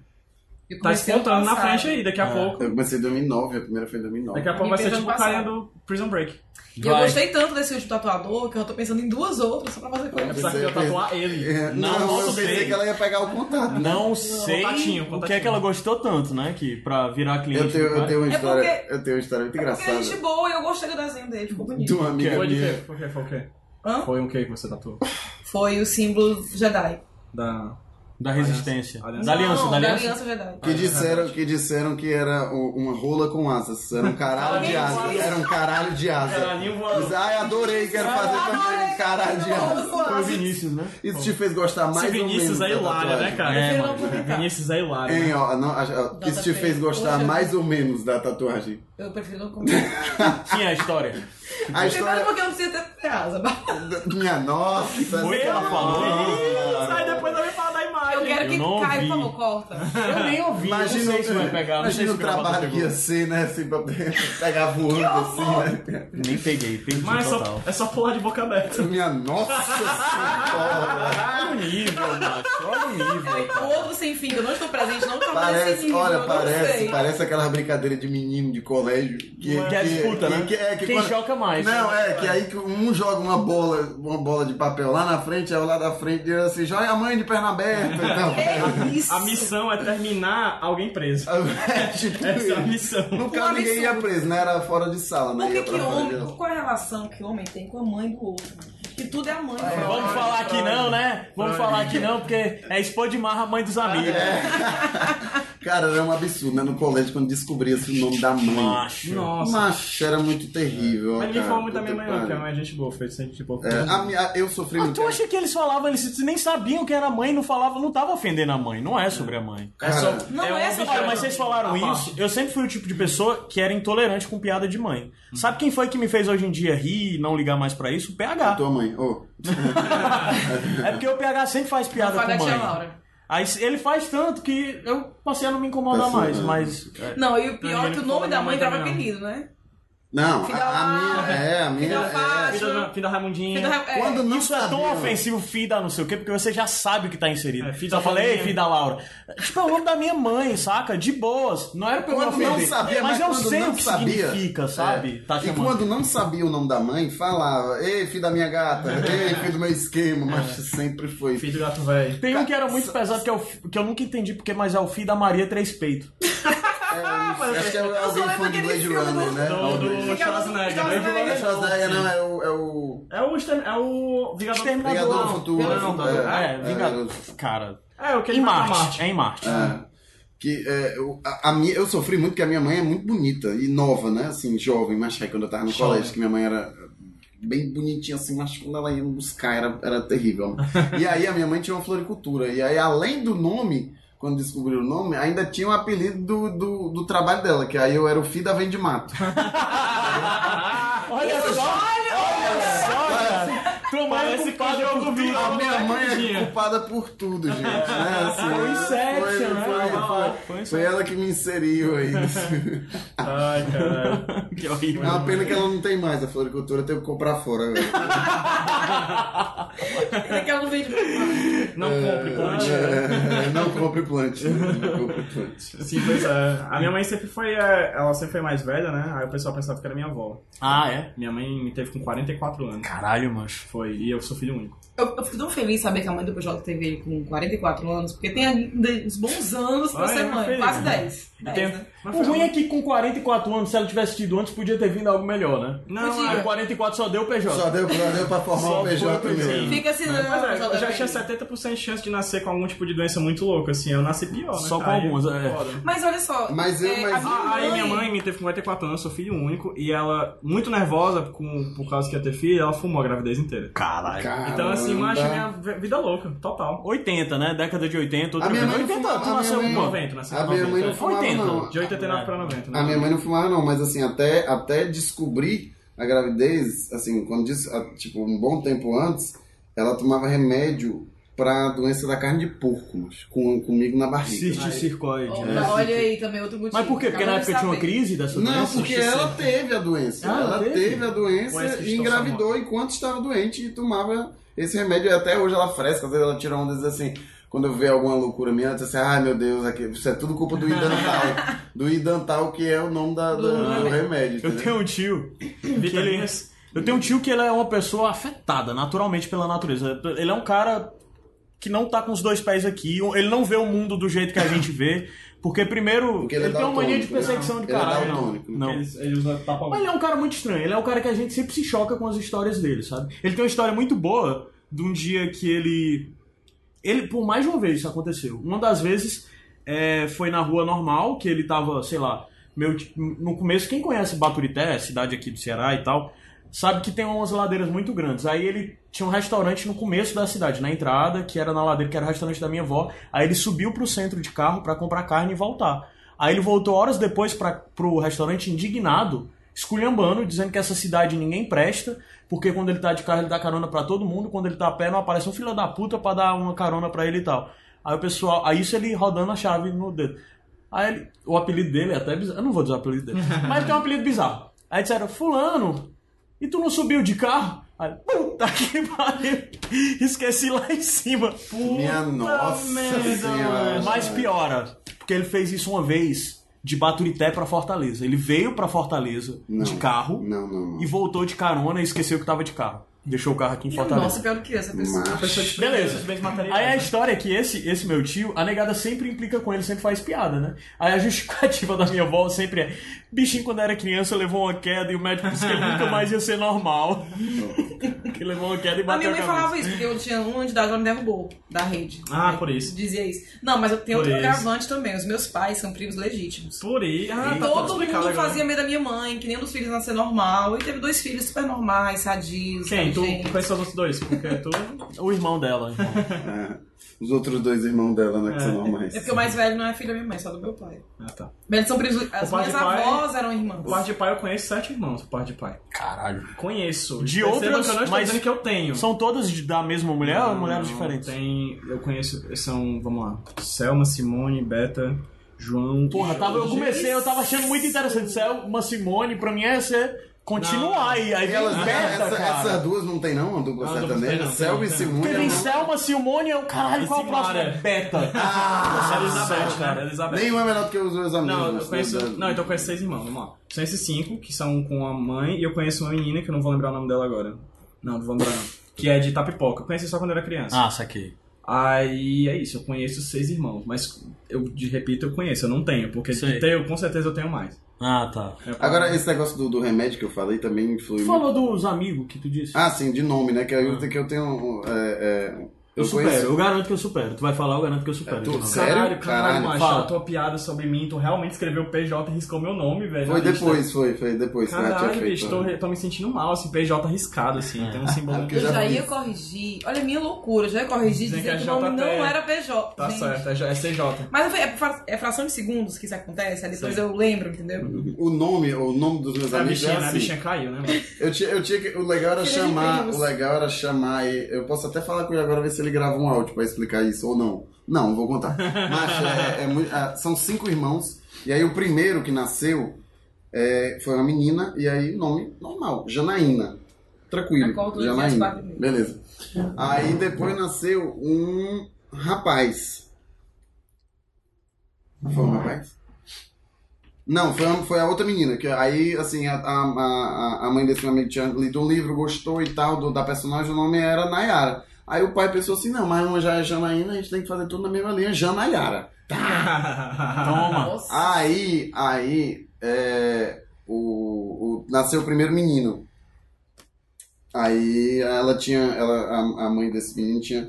Eu Tá comecei ano espontando na passado. frente aí, daqui a É. pouco. Eu comecei em 2009, a primeira foi em 2009. Daqui a pouco vai ser fez tipo o ano carinha passado. do Prison Break. E eu Vai. gostei tanto desse último tatuador que eu tô pensando em duas outras só pra fazer com Eu ele. Apesar que pensei- eu ia tatuar É, ele. Não, não eu pensei sei. que ela ia pegar o contato. Não sei contatinho, o que é contatinho. que ela gostou tanto, né? Que pra virar cliente. Eu do tenho, eu cara. tenho uma É história, porque- eu tenho uma história muito Porque é gente engraçada. boa e eu gostei do desenho dele, ficou De bonito. uma amiga Foi de minha. quê? Foi o quê? Foi o quê? Hã? Foi um que que você tatuou? Foi o símbolo Jedi. Da. Da resistência. Aliança. Da aliança, Não, da aliança. Jedi. Que disseram, que disseram que era u- uma rola com asas. Era um caralho de asa. Era um caralho de asa. Caralhinho Diz, voador. Ai, adorei, quero fazer também um caralho de asa. Foi o Vinícius, né? Isso te fez gostar mais Esse ou menos Vinícius da é hilário, tatuagem? né, cara? É, prefiro mano. não comentar. Vinícius é hilário. né? Hein, ó, não, a- a- isso te Data fez feia. gostar Poxa. mais ou menos da tatuagem. Eu prefiro não comentar. É. Tinha a história. A Primeiro história. porque eu não precisa ter casa. Minha nossa, essa Foi que ela cara- falou. Nossa. Aí depois eu me fala da Eu imagem. quero que não Caio, ouvi. por favor, corta. Eu nem ouvi. Imagina, não sei se vai pegar. Não sei imagina se o trabalho que ia ser, né? Assim, pra pegar voando assim, né? Nem peguei, perdi Mas é total. só, é só pular de boca aberta. Minha nossa senhora! Ah. Olha o nível, macho. Olha o nível. O um outro sem fim, que eu não estou presente, não tá nesse Parece, nível, eu olha, não parece, sei. parece aquelas brincadeiras de menino de colégio. Que, Que é disputa, né? é, que Quem quando- joga mais. né? Não, é, que aí que um joga uma bola, uma bola de papel lá na frente, aí o lá da frente diz assim, joga a mãe de perna aberta. Então, É isso. A missão é terminar alguém preso. é tipo Essa é a isso. missão. No caso, ninguém ia preso, né? Era fora de sala, Por né? Um que Ia que pra fora de homem, aula. qual é a relação que homem tem com a mãe do outro? Que tudo é a mãe. Vamos falar que não, né? Vamos falar que não, porque é expor de marra a mãe dos amigos. É. Cara, era um absurdo, né? No colégio, quando descobria esse nome da mãe. Macho. Nossa. Macho, era muito terrível. Mas ninguém cara. fala muito da minha Puta mãe, não, que que a pariu. mãe é gente boa, tipo, fez gente boa. É, a minha- eu sofri Mas muito. Ah, tu acha que eles falavam, eles nem sabiam que era a mãe, não falavam, não tava ofendendo a mãe, não é sobre a mãe. É só- Cara, Não é um só- bicho- Olha, mas vocês falaram Ah, isso, eu sempre fui o tipo de pessoa que era intolerante com piada de mãe. Hum. Sabe quem foi que me fez hoje em dia rir e não ligar mais pra isso? O PH. Tua mãe, ô. É porque o PH sempre faz piada Fala da com tia mãe. Laura. Aí ele faz tanto que eu passei a não me incomodar Passou, mais, né? mas... é. Não, e o pior é ninguém que o fala nome da da mãe mãe grava também, não. apelido, né? Não, Filha a, a lá, minha. É, a minha. filha É, fácil. Filho da, filho da Raimundinha. Filho da- é, quando não Isso é tão sabia. ofensivo, fi da não sei o quê, porque você já sabe o que tá inserido. É, fi Só da falei, minha. fi da Laura. Tipo, é o nome da minha mãe, saca? De boas. Não era pra eu me Quando não ofender. mas, sabia, mas eu quando sei não o que sabia, significa, sabe? É. Tá e chamando. quando não sabia o nome da mãe, falava: Ei, filho da minha gata, ei, filho do meu esquema. Mas sempre foi. Filho do gato velho. Tem um que era muito pesado, que, é o fi- que eu nunca entendi porque, mas é o fi da Maria Três Peito. É, acho que é alguém lembro fã de daquele Blade filme Runner, do- né? Do, do Schwarzenegger. Schwarzenegger. É Schwarzenegger, não, é o. É o... É o, Extermin- é o Vingador. Exterminador. Vingador do Não, Futuro. não, não, É, é, vingador. Cara, É, o que ele em vai pra Marte. É em Marte. É. Que é, eu, a, a minha, eu sofri muito porque a minha mãe é muito bonita e nova, né? Assim, jovem, mas que quando eu tava no Jovem. colégio, que minha mãe era bem bonitinha assim, mas quando ela ia me buscar era, era terrível. e aí a minha mãe tinha uma floricultura. E aí, além do nome, quando descobriu o nome, ainda tinha o apelido do, do, do trabalho dela, que aí eu era o filho da Vende Mato. Olha só! Olha só, cara! Tua mãe é Parece que culpada jogou por tudo. videogame. A minha mãe é Tadinha. culpada por tudo, gente. Né? Assim, Foi um Inception, né? foi, Vai lá, foi- foi foi ela que me inseriu aí. Ai, caralho. Que horrível. É uma pena que ela não tem mais a floricultura, eu tenho que comprar fora. né? agora. Esse aqui é um vídeo muito Não compre, pode. É, não compre plante. né? Não compre plante. Sim, pois é. A minha mãe sempre foi. é, Ela sempre foi mais velha, né? Aí o pessoal pensava que era minha avó. Ah, é? Minha mãe me teve com 44 anos. Caralho, mancho. Foi. E eu sou filho único. eu, eu fico tão feliz de saber que a mãe do PJ teve ele com 44 anos, porque tem ainda uns bons anos pra Ah, é, ser minha mãe. filha. Quase 10. E 10 tem- né? Mas o foi- um- ruim é que com 44 anos, se ela tivesse tido antes, podia ter vindo algo melhor, né? Não, Podia. é. Aí 44 só deu o PJ. Só deu, só deu pra formar Só um PJ foi o PJ. mesmo. Fica assim, Mas é, não, eu já tinha 70% de chance de nascer com algum tipo de doença muito louca, assim. Eu nasci pior, né? Só com Aí, algumas, é. foda. Mas olha só. Mas eu- é, mas- a minha Ah, mãe, Aí minha mãe me teve com 44 anos, sou filho único, e ela, muito nervosa com, por causa que ia ter filho, ela fumou a gravidez inteira. Caralho. Caramba. Então, assim, imagina minha vi- vida louca, total. 80, né? Década de 80, outra A minha vez. mãe não 80, fumava, tu a nasceu minha quando? mãe- 90, nasci A com minha 90. mãe não fumava, não. De 89 pra 90, né? A minha mãe não fumava, não, mas assim, até, até descobrir a gravidez, assim, quando diz, ah, tipo, um bom tempo antes, ela tomava remédio pra doença da carne de porco, mas, com, comigo na barriga. Ciste circoide. Olha, né? olha aí também, outro motivo. Mas por quê? Porque na Acabamos de época tinha uma saber. crise dessa Não, doença? porque ela teve a doença. Ah, ela ela teve? teve? a Com essa doença e distorção engravidou enquanto estava doente e tomava esse remédio. E até hoje ela fresca, às vezes ela tira onda e diz assim. Quando eu vê alguma loucura minha, ela diz assim: ai meu Deus, aqui, isso é tudo culpa do Idantal. do Idantal, que é o nome da, do, Ah. do remédio. Eu entendeu? tenho um tio que ele... Vitaminas. Eu tenho um tio que ele é uma pessoa afetada naturalmente pela natureza. Ele é um cara que não tá com os dois pés aqui. Ele não vê o mundo do jeito que a gente vê. Porque, primeiro, Porque ele ele, é tem uma mania de daltônico, né? perseguição de Ele é caralho. não. daltônico, né? não. Eles, eles usam tapa Mas ele é um cara muito estranho. Ele é um cara que a gente sempre se choca com as histórias dele, sabe? Ele tem uma história muito boa de um dia que ele. Ele, por mais de uma vez, isso aconteceu. Uma das vezes é, foi na rua normal, que ele tava, sei lá. Meu, ti- no começo, quem conhece Baturité, cidade aqui do Ceará e tal, sabe que tem umas ladeiras muito grandes. Aí ele tinha um restaurante no começo da cidade, na entrada, que era na ladeira, que era o restaurante da minha avó. Aí ele subiu pro centro de carro pra comprar carne e voltar. Aí ele voltou horas depois pra, pro restaurante indignado, esculhambando, dizendo que essa cidade ninguém presta, porque quando ele tá de carro ele dá carona pra todo mundo, quando ele tá a pé não aparece um filho da puta pra dar uma carona pra ele e tal. Aí o pessoal, aí isso ele rodando a chave no dedo. Aí ele, o apelido dele é até bizarro, eu não vou dizer o apelido dele, mas ele tem um apelido bizarro. Aí disseram, fulano, e tu não subiu de carro? Aí, puta que pariu, esqueci lá em cima. Puta Minha nossa senhora. mano. Mas piora, porque ele fez isso uma vez de Baturité pra Fortaleza. Ele veio pra Fortaleza Não. de carro Não, não, não. e voltou de carona e esqueceu que tava de carro. Deixou o carro aqui em Fortaleza. Nossa, pior do que essa pessoa. Mas- Beleza. bens materiais. Aí a história é que esse, esse meu tio, a negada sempre implica com ele, sempre faz piada, né? Aí a justificativa da minha avó sempre é: bichinho, quando era criança, levou uma queda e o médico disse que ele nunca mais ia ser normal. que levou uma queda e A bateu minha mãe a cabeça. falava isso, porque eu tinha um ano de idade, ela me derrubou da rede. Ah, por isso. Dizia isso. Não, mas eu tenho Por outro isso. agravante também. Os meus pais são primos legítimos. Por aí. Ah, E tá tudo todo mundo explicado agora. fazia meio da minha mãe, que nenhum dos filhos nascer normal. E teve dois filhos super normais, sadios. Quem? Tu inteligentes. conheceu os outros dois? Porque tu. O irmão dela. então. É. Os outros dois irmãos dela, né? Que são normais. É porque o mais velho não é filho da minha mãe, só do meu pai. Ah, tá. Mas eles são primos. As O pai minhas de pai- avós eram O irmãs. par de pai eu conheço sete irmãos, o par de pai. Caralho. Conheço. De Perceba outras, que eu não estou mas- dizendo que eu tenho. São todas de- da mesma mulher ou Não, mulheres não, diferentes? Tem. Eu conheço. São, vamos lá. Selma, Simone, Beta, João. e Porra, tava, eu Jorge. comecei, eu tava achando muito interessante. Isso é uma Simone, pra mim é ser continuar. E aí vem Elas, Beta, essa- cara. essas duas não tem, não? A dupla Ah, a dupla sertaneja? tem, não. Selva e Tem, Simone. é Porque vem não- Selma, Simone, eu caralho, E qual a próxima? Simara. Beta. Ah, Elizabeth, cara. Elizabeth. Nenhum é melhor do que os meus amigos. assim, Não, eu conheço. Não, então eu conheço seis irmãos, vamos lá. São esses cinco, que são com a mãe, e eu conheço uma menina que eu não vou lembrar o nome dela agora. Não, não vou lembrar não. Que é de Tapipoca. Eu conheci só quando eu era criança. Ah, saquei. Aí é isso, eu conheço seis irmãos, mas eu de repito, eu conheço, eu não tenho, porque Sei. de ter, eu, com certeza eu tenho mais. Ah, tá. Eu- Agora, esse negócio do, do remédio que eu falei também influi Tu muito. falou dos amigos que tu disse. Ah, sim, de nome, né? Que eu, que eu tenho. é, é, eu supero, conheço. eu garanto que eu supero. Tu vai falar, eu garanto que eu supero. então. É, tu- Não. sério? Caralho, Caralho, caralho, macho, fala. a tua piada sobre mim, tu realmente escreveu PJ e riscou meu nome, velho. Foi na lista. depois, foi, foi depois. que eu já tinha Caralho, feito. né? bicho, tô, re- tô me sentindo mal, assim, PJ riscado, assim, É. tem um Ah, símbolo. porque Eu já fiz. ia corrigir. Olha a minha loucura, eu já ia corrigir Dizem dizendo que que é o nome JT. não era PJ. Tá Gente. certo, é J- é CJ. Mas não foi- é fra- é fração de segundos que isso acontece, aí depois Sim. eu lembro, entendeu? O nome, o nome dos meus A amigos bichinha, é né? a assim. bichinha caiu, né? mano? Eu tinha, eu tinha que. O legal era Filha de chamar. primos. O legal era chamar. e- Eu posso até falar com ele agora, ver se ele grava um áudio pra explicar isso ou não. Não, não vou contar. Mas é, é muito- ah, são cinco irmãos. E aí o primeiro que nasceu é, foi uma menina. E aí nome normal, Janaína. Tranquilo. Acordo às Janaína. quatro e meia. Beleza. Aí depois nasceu um rapaz. Foi um rapaz? Não, foi, a- foi a outra menina. Que aí, assim, a, a, a, a mãe desse meu amigo tinha lido um livro, gostou e tal, do- da personagem, o nome era Nayara. Aí o pai pensou assim: não, mas uma já é Janaína, a gente tem que fazer tudo na mesma linha, Janayara. Então, Toma. Nossa. Ah, Aí, aí, é, o, o- nasceu o primeiro menino. Aí ela tinha, ela, a, a mãe desse menino tinha,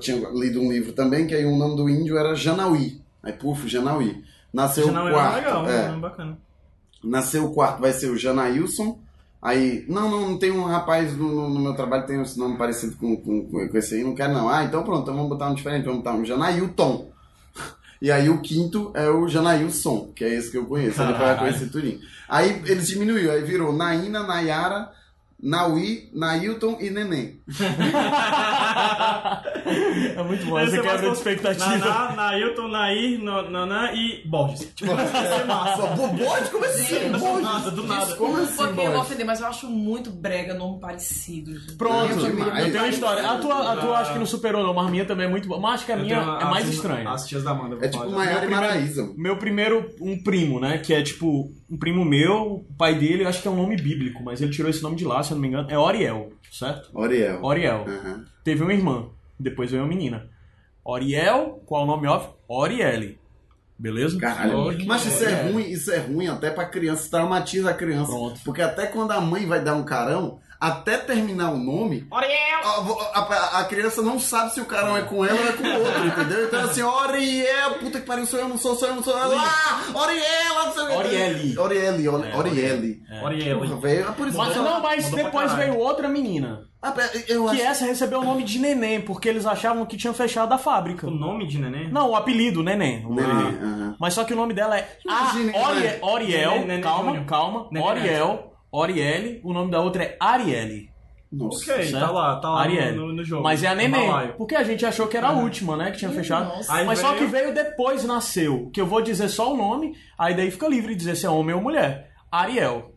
tinha lido um livro também, que aí o nome do índio era Janauí. Aí, puf, Janauí. Nasceu Já não o é quarto. legal, é. não é bacana. Nasceu o quarto, vai ser o Janailson. Aí, não, não, tem um rapaz no, no- no meu trabalho que tem esse nome parecido com, com, com esse aí, não quero não. Ah, então pronto, então vamos botar um diferente, vamos botar um Janailton. E aí o quinto é o Janaíl Som, que é esse que eu conheço. Ele vai Caralho. conhecer Turim. Aí eles diminuíram, aí virou Naína, Nayara, Naui, Nailton e Neném. É muito bom, você quebra de expectativa. Naná, Nailton, Nair, Na- Naná e Borges. Tipo, Nossa, bobode? Como assim? do Bobode? nada, do nada. Como assim, Porque eu vou bobode? ofender, mas eu acho muito brega nome parecido. gente. Pronto, Não, demais. eu tenho uma história. A tua, a tua acho que não superou, não, mas a minha também é muito boa. Mas acho que a Eu minha tenho é as- mais estranha. As tias da Amanda. eu vou É tipo falar já. Maiara e primeiro- Maraísa. Meu primeiro, um primo, né? Que é tipo, um primo meu, o pai dele, eu acho que é um nome bíblico, mas ele tirou esse nome de lá, se eu não me engano. É Oriel, certo? Oriel. Oriel. Aham. Teve uma irmã, depois veio uma menina. Oriel, qual é o nome óbvio? Oriele. Beleza? Caralho. Oriele. Mas isso é ruim, isso é ruim até pra criança, traumatiza a criança. Pronto. Porque até quando a mãe vai dar um carão, até terminar o nome, Oriel! a, a- a criança não sabe se o carão é com ela ou é com o outro, entendeu? Então assim, Oriel, puta que pariu, sou eu, não sou, sou eu, não sou eu. Ah, Oriela, não sei o que. Oriele. Oriele, Ori- É, Oriele. Oriel. Porra, velho, é por isso Mas, que- não, mas Mandou pra depois caralho. veio outra menina. Ah, pera, eu Que é? acho. essa recebeu o nome de Neném, porque eles achavam que tinha fechado a fábrica. O nome de neném? Não, o apelido, Neném. O Neném, apelido. é aham. Mas só que o nome dela é A- Imagina, Orie- Oriel, Neném, Neném calma, Júnior. calma. Neném Oriel, Oriele, o nome da outra é Arielle. Nossa. Ok, certo? tá lá, tá lá Arielle. no, no- no jogo. Mas é a neném, Himalaio. porque a gente achou que era a última, né, que tinha fechado. Uhum, Nossa. Aí Mas só veio- que veio depois, nasceu, que eu vou dizer só o nome, aí daí fica livre de dizer se é homem ou mulher. Ariel,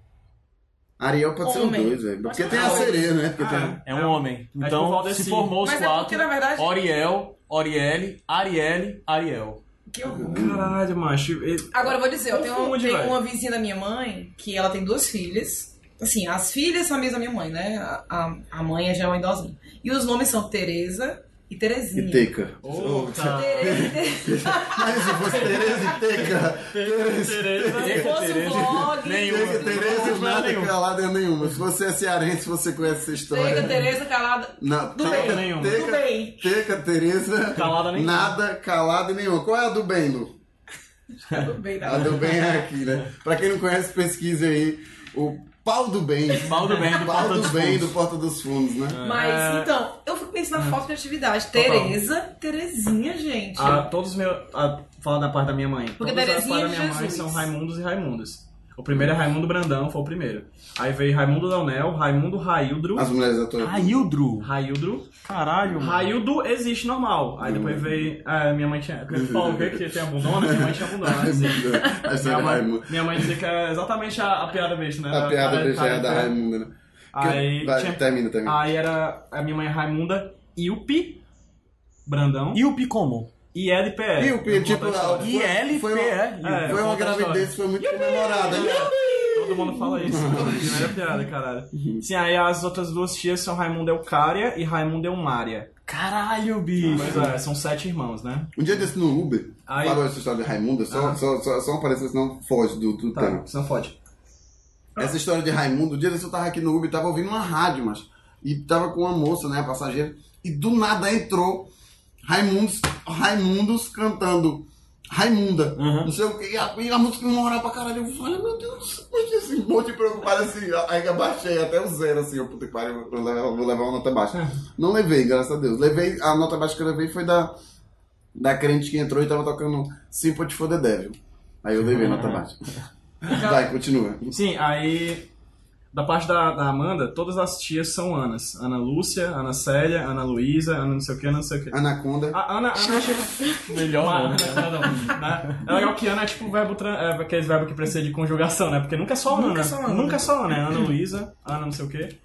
Ariel pode ser os Homem. dois, velho. Porque Pode tem ser a dois. sereia, né? Porque tem... Ah, é um homem. É Então, tipo Valdeci. se formou os Mas é porque, quatro. na verdade, Oriel, Oriele, Arielle, Ariel. que eu... Caralho, macho. ele- Agora eu vou dizer, eu tenho, uma- Confunde, tenho velho. uma vizinha da minha mãe que ela tem duas filhas. Assim, as filhas são amigas da minha mãe, né? A, a, a mãe é já uma idosinha. E os nomes são Tereza e Terezinha. Ah. E Teca. Ô, tá. Tereza. Mas se fosse Tereza e Teca. Se Tereza. fosse um vlog. Nenhuma. Teca, Tereza e Não, nada nenhuma. calada nenhuma. Se você é cearense, você conhece essa história. Teca, Tereza, calada. Não, Do Teca, bem. nenhuma. Do Teca, bem. Teca, Tereza. Calada nenhuma. Nada, calada nenhuma. Qual é a do bem, Lu? Do bem, A tá? do bem é aqui, né? Pra quem não conhece, pesquise aí. O pau do bem. Pau do bem, do Pau Porta do dos bem Fundos. do Porta dos Fundos, né? Mas, então, eu fico pensando na falta de atividade. Ah. Total. Tereza, Terezinha, gente. Ah, todos os meus. Ah, falando da parte da minha mãe. Porque todos Terezinha da de minha mãe Jesus. são Raimundos e Raimundas. O primeiro é Raimundo Brandão, foi o primeiro. Aí veio Raimundo Leonel, Raimundo Raildro. É. As mulheres da tua. Raildro. Raildro. Caralho, mano. Raildo existe normal. Aí depois Uhum. veio. Ah, minha mãe tinha. Quando eu falo que que tem a bundona, minha mãe tinha bundona. assim. É A Minha história da mãe, Raimunda. minha mãe dizia que era exatamente a, a piada besta, né? A É, Era- piada era- beijar era- da Raimunda, né? Que- Aí, vai, tinha- Termina, termina. aí era a minha mãe é Raimunda Iupi Brandão E o Picomo? e é LPE. Iupi, Eu vou tipo, contar a história. E É, L, P, Foi E. É, Foi eu uma conto a história. gravidez que foi muito comemorada, né? Todo mundo fala isso. Primeira piada, caralho. Sim, aí as outras duas tias são Raimundo Eucária e Raimundo Eumária. Caralho, bicho. Pois é, são sete irmãos, né? Um dia desse no Uber, Aí- falou essa história de Raimunda, só, Ah. só, só, só apareceu, senão foge do, do tema. Tá, você não fode. Essa história de Raimundo, um dia desse eu tava aqui no Uber, tava ouvindo uma rádio, mas. E tava com uma moça, né, a passageira, e do nada entrou Raimundos, Raimundos cantando Raimunda, Uhum. não sei o que, e a, e a música não pra caralho. Eu falei, meu Deus, mas assim, um monte de preocupado assim, aí eu baixei até o zero, assim, eu puta que pariu, eu levo- eu vou levar uma nota baixa. Não levei, graças a Deus. Levei, a nota baixa que eu levei foi da, da crente que entrou e tava tocando Sympathy for the Devil. Aí eu levei a nota baixa. Vai, continua. Sim, aí. Da parte da, da Amanda, todas as tias são Anas. Ana Lúcia, Ana Célia, Ana Luísa, Ana não sei o que, Ana não sei o que. Anaconda. Ah, A Ana, Ana Melhor Uma- não. não, não, né? É legal que Ana é tipo o verbo, tran- é, aqueles verbos que precisa de conjugação, né? Porque nunca é só Ana. Nunca é só Ana. Nunca é só Ana. É Ana Luísa, Ana não sei o quê.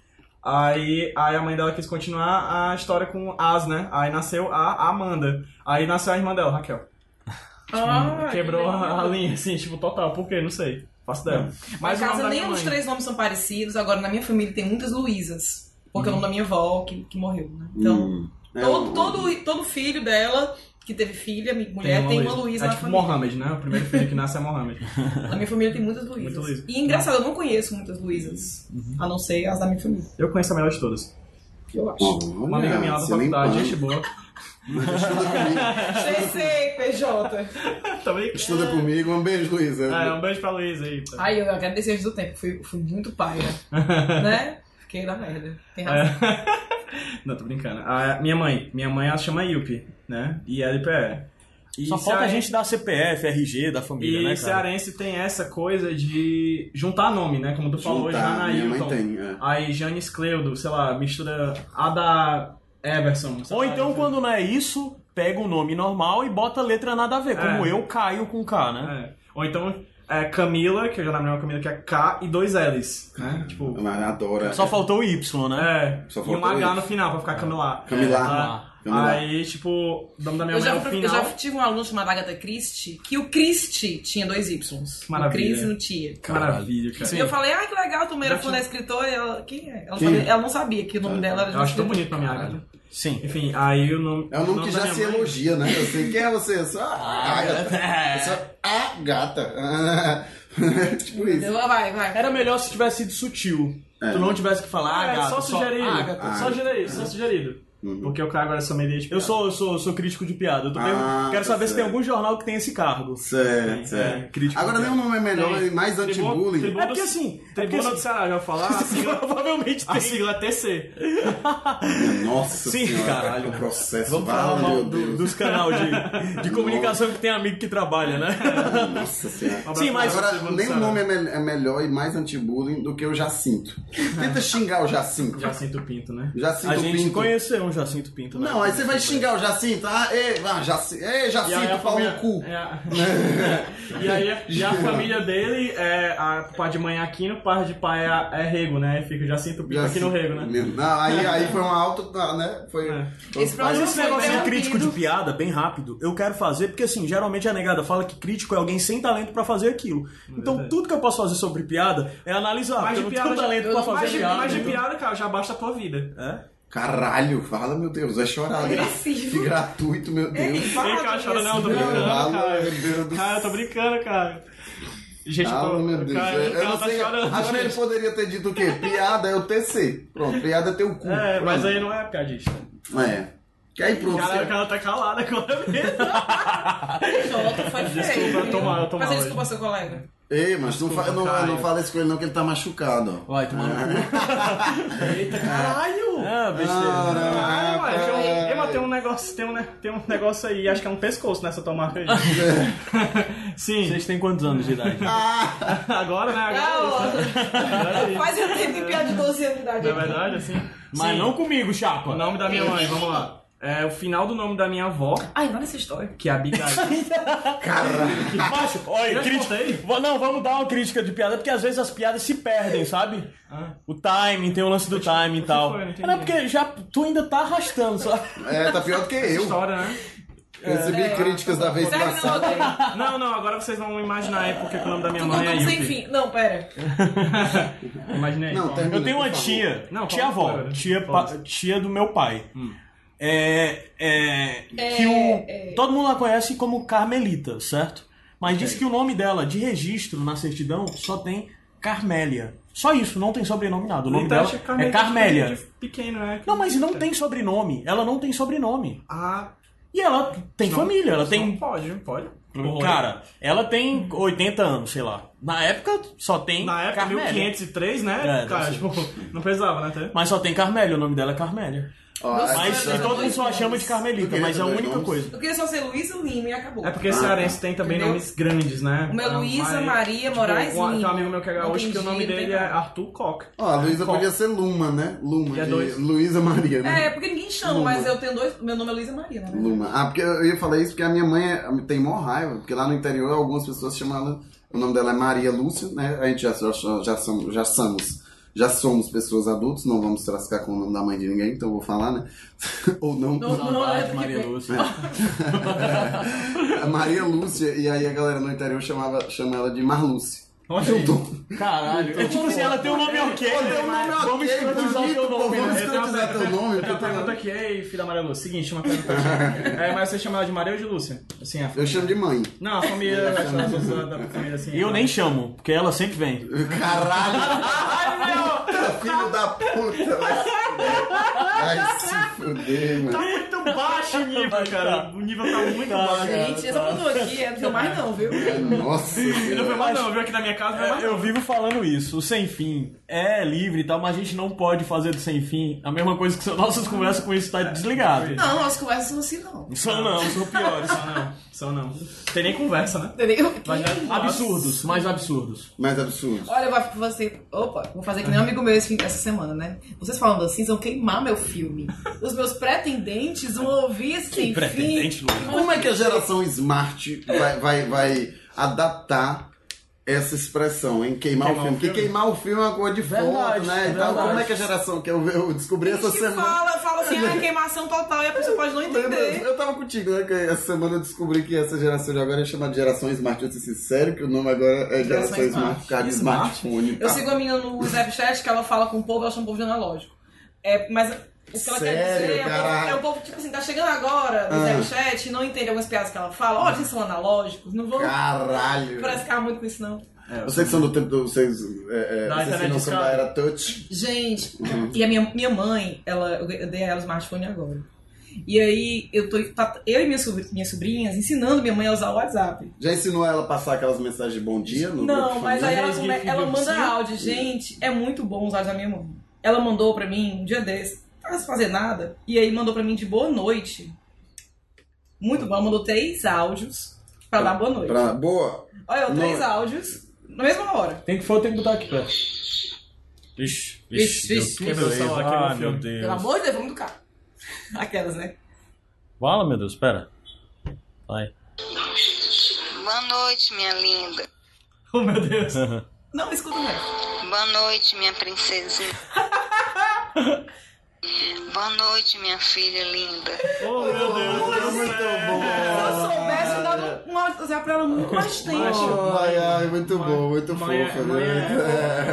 Aí, aí a mãe dela quis continuar a história com as, né? Aí nasceu a Amanda. Aí nasceu a irmã dela, Raquel. Hum, Ah, Quebrou que a, a legal. linha, assim, tipo, total. Por quê? Não sei. Faço dela. Mas o nome em é casa da nenhum minha dos mãe. três nomes são parecidos. Agora, na minha família tem muitas Luísas. Porque é o Hum. nome da minha avó, que, que morreu, né? Então, Hum. É, todo, o- todo, todo filho dela, que teve filha, mi- mulher, tem uma Luísa É na tipo família. Mohamed, né? O primeiro filho que nasce é Mohamed. Na minha família tem muitas Luísas. Muita Luísa. Uhum. E engraçado, eu não conheço muitas Luísas. A não ser as da minha família. Eu conheço a melhor de todas. Eu acho. Olha, Uma amiga minha lá da você nem faculdade, pan- gente boa. Estuda comigo, sei, PJ. Tá Também. estuda comigo, um beijo, Luísa. Ah, um beijo pra Luísa aí. Ai, eu agradeci antes do tempo. Fui, fui muito paia. né? Fiquei na merda. Tem razão. É. Não, tô brincando. A minha mãe. Minha mãe, ela chama Yupi, né? E LPE. E Só falta a cearense- gente dar CPF, RG da família, E é né, cara? cearense tem essa coisa de juntar nome, né? Como tu falou, Juntar, Jana minha mãe Hilton. tem, é. Aí Janis Cleudo, sei lá, mistura a da Everson. sei Ou lá, então, enfim. quando não é isso, pega o nome normal e bota a letra nada a ver, como É. eu caio com K, né? É. Ou então é Camila, que eu já namorei uma Camila que é K e dois L's, né? Tipo, Mas adora. Só faltou o Y, né? é. Só e um faltou H isso. no final pra ficar Camila. Camila. Ah, Camila. Aí, tipo, o nome da minha Eu mãe é já, o eu já final. tive um aluno chamado Agatha Christie, que o Christie tinha dois Ys. No Maravilha. Cris e no Tia. Maravilha, cara. E eu falei, ah, que legal, tua mãe era Já fã tinha- Tá. da escritora. e Ela, quem é? Ela, Quem sabia- é? ela não sabia que o nome dela era de Eu acho tão escritora. bonito pra minha Agatha. Sim. Enfim, aí o nome. É um nome que da já tá minha se mãe- elogia, né? Eu sei quem é você, eu sou Ah, a Agatha. é. Eu É. sou a gata. tipo isso. Entendeu? Vai, vai. Era melhor se tivesse sido sutil. É. Tu não tivesse que falar, ah, é, gata, só sugerido. Agatha. Ah, só sugerido, só sugerido. Porque o cara agora é sommelier de Eu piada. sou, eu sou, eu sou crítico de piada. Eu tô Ah, perguntando- Quero tá saber se tem certo. algum jornal que tem esse cargo. Certo, certo. crítico. Agora nem o nome é melhor Tem. e mais Tribu- anti-bullying. tribu- É porque assim. É porque, Tribuna do assim Ceará, já vou Ah, falar. A sigla, provavelmente a tem. sigla é TC. Nossa Sim, senhora, cara. caralho, o processo. Vamos falar vale, mal Ah, meu do- Deus. dos canal de, de comunicação que tem amigo que trabalha, né? Nossa senhora. Sim, mas- Agora, Tribu do nem o Ceará. nome é, mel- é melhor e mais anti-bullying do que o Jacinto. Tenta xingar o Jacinto. Jacinto Pinto, né? Jacinto A gente Pinto. conheceu um Jacinto Pinto, né? Não, aí você vai xingar o Jacinto. Ah, ei, ah, Jacinto, ei, E aí Jacinto a pau família- no cu. é a- e aí a- e a família dele é a pai de mãe é Aquino, pai de pai é, é Rego, né? Aí Fica o Jacinto Pinto aqui no Rego, né? Não, aí, aí foi uma alta, né? Foi. É. Esse Mas problema Esse foi um negócio de interrompido. crítico de piada, bem rápido, eu quero fazer, porque assim, geralmente a negada fala que crítico é alguém sem talento pra fazer aquilo. Então verdade. tudo que eu posso fazer sobre piada é analisar, Mas porque eu de não tenho piada, talento já- pra mas fazer de, piada. mas de então- piada, cara, já basta a tua vida. É? Caralho, fala, meu Deus, vai chorar. né? Agressivo. Que gratuito, meu Deus. Fala, Ei, cara, chora Deus. não, eu tô Meu brincando, Deus, cara. meu Deus do Cara, Ah, eu tô brincando, cara. Gente, eu Ah, tô- meu Deus. cara, eu, o cara não tá sei, chorando. acho que ele poderia ter dito o quê? Piada é o TC. Pronto, piada é teu cu. É, mas Pronto. aí não é piadista. É. Que aí pronto. Cara, o você- cara tá calado agora mesmo. Jota, foi feio. Desculpa, eu tô mal, eu tô Mas mal desculpa, seu colega. Ei, mas não, Desculpa, fa- não, cara. não fala isso com ele não, que ele tá machucado. ó. Vai, tomar Eita, caralho! Ah, besteira. Ah, ué, tem um- Caralho. Ei, mas tem um negócio, tem um, ne- tem um negócio aí, acho que é um pescoço nessa tua marca aí. Sim, É. Vocês têm quantos anos de idade? Ah, agora, né? Agora, é isso, Ah, né? Agora é ó, isso. Faz eu ter piada de 12 anos de idade. Na verdade, assim. Mas Sim, não comigo, O chapa. nome da minha mãe, vamos lá. É o final do nome da minha avó, Ai, olha essa história. que é Abigail. Macho, olha, Já crítica. contei? Va- Não, vamos dar uma crítica de piada, porque às vezes as piadas se perdem, sabe? Ah. O timing, tem o lance do timing e tal. foi? tipo Eu não entendi. Não é porque já, tu ainda tá arrastando, sabe? É, tá pior do que eu. História, né? Recebi É, críticas da vez Serve não, passada. Rodrigo. Não, não, agora vocês vão imaginar aí porque que o nome da minha Tu mãe é contou sem Yupi. fim. Não, pera. Imaginei. Não, termina, Eu tenho uma por favor. tia, Não, tia fala, avó, cara. tia, Fala. Hum. pa- tia do meu pai. É, é, É, que o- é. todo mundo a conhece como Carmelita, certo? Mas diz que o nome dela de registro na certidão só tem Carmélia. Só isso, não tem sobrenome nada. O nome Então, dela acho que é é Carmélia. de Pequeno, né? Não, mas não tem sobrenome. Ela não tem sobrenome. Ah, E ela tem família, ela tem não pode, não pode. Cara, ela tem 80 anos, sei lá. Na época só tem Na época, Carmélia. 1503, né? É, deve cara, ser. tipo, não precisava, né? Até. Mas só tem Carmélia, o nome dela é Carmélia. Ó, Nossa, essa é Mas história e todo mundo só a chama de Tu Carmelita, queria mas é a ter dois única nomes? coisa. Eu queria só ser Luísa Lima e acabou. É porque Ah, cearense tem também entendeu? nomes grandes, né? O meu Luísa Maria Moraes Um, tem um Lima. amigo meu que é Não gaúcho tem que o nome jeito, dele tem é nada. Arthur Coca. Ó, Ah, a Luísa Coca. podia ser Luma, né? Luma. Que é de dois. Luísa Maria, né? É, porque ninguém chama, mas eu tenho dois. Meu nome é Luísa Maria, né? Luma. Ah, porque eu ia falar isso porque a minha mãe é- tem mó raiva, porque lá no interior algumas pessoas chamam ela. O nome dela é Maria Lúcia, né? A gente já, já, já, somos, já somos. Já somos pessoas adultas, não vamos traficar com o nome da mãe de ninguém, então eu vou falar, né? Ou não. Não, não, não, é porque- Lúcia. A É Maria Lúcia, e aí a galera no interior chamava, chama ela de Marlúcia. Olha aí. Caralho. É tipo assim, ela tem um nome ok. Olha, o nome é ok, Vamos escrotizar o bonito, teu nome, pô, Eu né? vamos- tenho uma escrotizar teu nome, Eu tenho uma porque eu pergunta tenho- aqui, ei, filho da Maria Lúcia. Seguinte, uma pergunta. é, mas você chama ela de Maria ou de Lúcia? Assim, a Eu família. chamo de mãe. Não, a família. as pessoas da da família assim. E eu nem chamo, porque ela sempre vem. Caralho! Filho da tá puta! vai se fuder. Ai, se fuder, mano. Tá muito baixo o nível, cara. O nível tá muito Tá, baixo. cara. Gente, essa produção aqui é não mais não, viu? Nossa Não foi senhora. mais não, viu? Aqui na minha casa não foi mais É, não. eu vivo falando isso. O sem fim é livre e tal, mas a gente não pode fazer do sem fim a mesma coisa que nossas conversas com isso tá desligado. Não, nossas conversas são assim, não. São não, são piores. Só não, só não. Tem nem conversa, né? Entendeu? Absurdos, mais absurdos. Mais absurdo. Olha, eu vou você. Opa, vou fazer que nem um amigo meu esse fim- essa semana, né? Vocês falando assim, vocês vão queimar meu filme. Os meus pretendentes vão ouvir esse sem pretendente, fim. Luana? Como é que a geração smart vai, vai, vai adaptar essa expressão, hein? Queimar, o filme. Porque queimar o filme é uma coisa de foto, Verdade, né? Então, verdade. como é que a geração que eu, eu descobri essa Se semana? fala, fala assim, ah, queimação total e a pessoa pode não Lembra? entender. Eu tava contigo, né? Que essa semana eu descobri que essa geração de agora é chamada de geração smart. Eu disse, sério que o nome agora é Geração geração, smart, por causa de Smart? smartphone. Eu tá? sigo a menina no Snapchat que ela fala com o povo, ela chama o povo de analógico. É, mas o que ela quer Sério, dizer é o povo- caralho? é o povo, tipo assim, tá chegando agora no Ah. Snapchat e não entende algumas piadas que ela fala. Olha, vocês são analógicos, não vão Caralho! frescar muito com isso, não. É, eu Vocês que são do tempo do. Vocês, é, é, Da vocês que internet não são da escada. era touch. Gente, e a minha, minha mãe, ela, eu dei a ela o smartphone agora. E aí, eu tô tá- eu e minhas, sobr- minhas sobrinhas ensinando minha mãe a usar o WhatsApp. Já ensinou ela a passar aquelas mensagens de bom dia no Não, grupo mas aí familiar? ela, Família, come- vídeo, ela manda sim. áudio. Gente, é muito bom os áudios da minha mãe. Ela mandou pra mim um dia desse, tava sem fazer nada, e aí mandou pra mim de boa noite. Muito bom, ela mandou três áudios pra dar boa noite. Pra- Boa! Olha, eu, três Não. áudios na mesma hora. Tem que for, tem que botar aqui perto. Ixi, Ixi, ixi, deu tudo ixi. certo. Quebrou o celular, Ah, quebrou o meu filme. Pelo Deus. amor de Deus, vamos educar. Aquelas, né? Fala, meu Deus, pera. Vai. Boa noite, minha linda. Oh, meu Deus. Não, escuta o resto. Boa noite, minha princesinha. Boa noite, minha filha linda. Oh, meu Deus. Muito Se eu bom! soubesse, eu dava um WhatsApp pra ela muito mais tempo. Ai, ai, muito bom, muito Mãe né? fofa. né? é-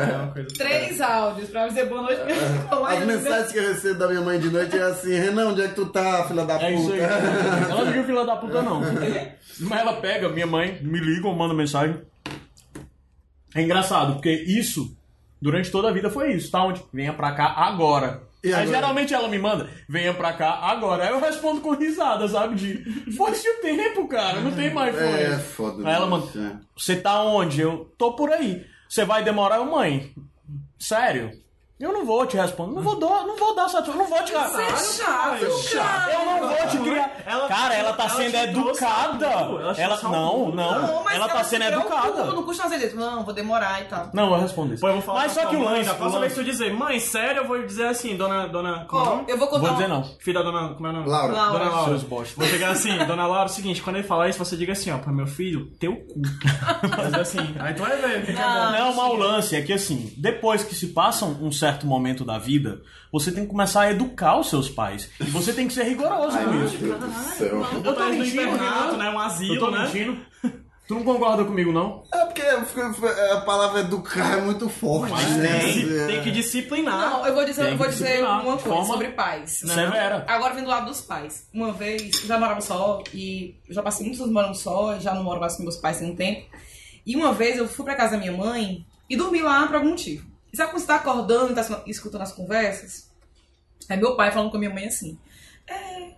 mãe é- é uma coisa- Três áudios pra dizer boa noite. é Não, As aí- mensagens que eu recebo da minha mãe de noite é assim, Renan, onde é que tu tá, filha da puta? É isso aí. Ela não viu filha da puta, não. Mas ela pega, minha mãe, me liga ou manda mensagem. É engraçado, porque isso, durante toda a vida, foi isso, tá? Onde? Venha pra cá agora. E Aí, agora? geralmente ela me manda, venha pra cá agora. Aí eu respondo com risada, sabe? De, foi-se o tempo, cara, não tem mais foi. É, foda. Aí ela bicho, manda, você tá onde? Eu tô por aí. Você vai demorar? Eu, mãe, sério? Eu não vou te responder, não vou dar, não vou dar satisfação, não vou te... Você é chato, cara. Eu não vou te criar. Ela- cara, ela tá ela sendo te trouxe ao educada. mundo, ela Ela, te trouxe ao não, mundo. não, Não, mas Ela tá se sendo se preocupa, educada. Não custa fazer isso. Não, vou demorar e tal. Não, eu respondo isso. Pô, eu vou falar Mas com a só que o tua mãe, lance. Da o próxima vez lance- que eu dizer, mãe, sério, eu vou dizer assim, dona. dona como é o Ó, nome? eu vou contar. Vou dizer uma- não. Filha da dona. Como é o nome? Laura. Laura. Dona Laura. Seus bosta. Vou chegar assim, dona Laura, é o seguinte, quando ele falar isso, você diga assim, ó, pra meu filho, teu um cu. Mas assim, aí tu vai ver, o que que é bom. Não, mas o lance é que assim, depois que se passa um certo momento da vida, você tem que começar a educar os seus pais. E você tem que ser rigoroso Ai, com meu isso. Deus do céu. Eu Botar tô eles tá no mentindo, internato, Renato, né? Um Eu tô asilo, né? mentindo. Tu não concorda comigo, não? É porque eu fico- a palavra educar é muito forte, Mas né? tem, tem que disciplinar. Não, eu vou dizer, Tem eu vou que dizer disciplinar, uma de coisa forma- sobre pais. Severa. Agora vem do lado dos pais. Uma vez, eu já morava só e eu já passei muitos anos morando só, já não moro mais com meus pais tem um tempo. E uma vez eu fui pra casa da minha mãe e dormi lá por algum motivo. E sabe quando você tá acordando e tá escutando as conversas? É meu pai falando com a minha mãe assim. É,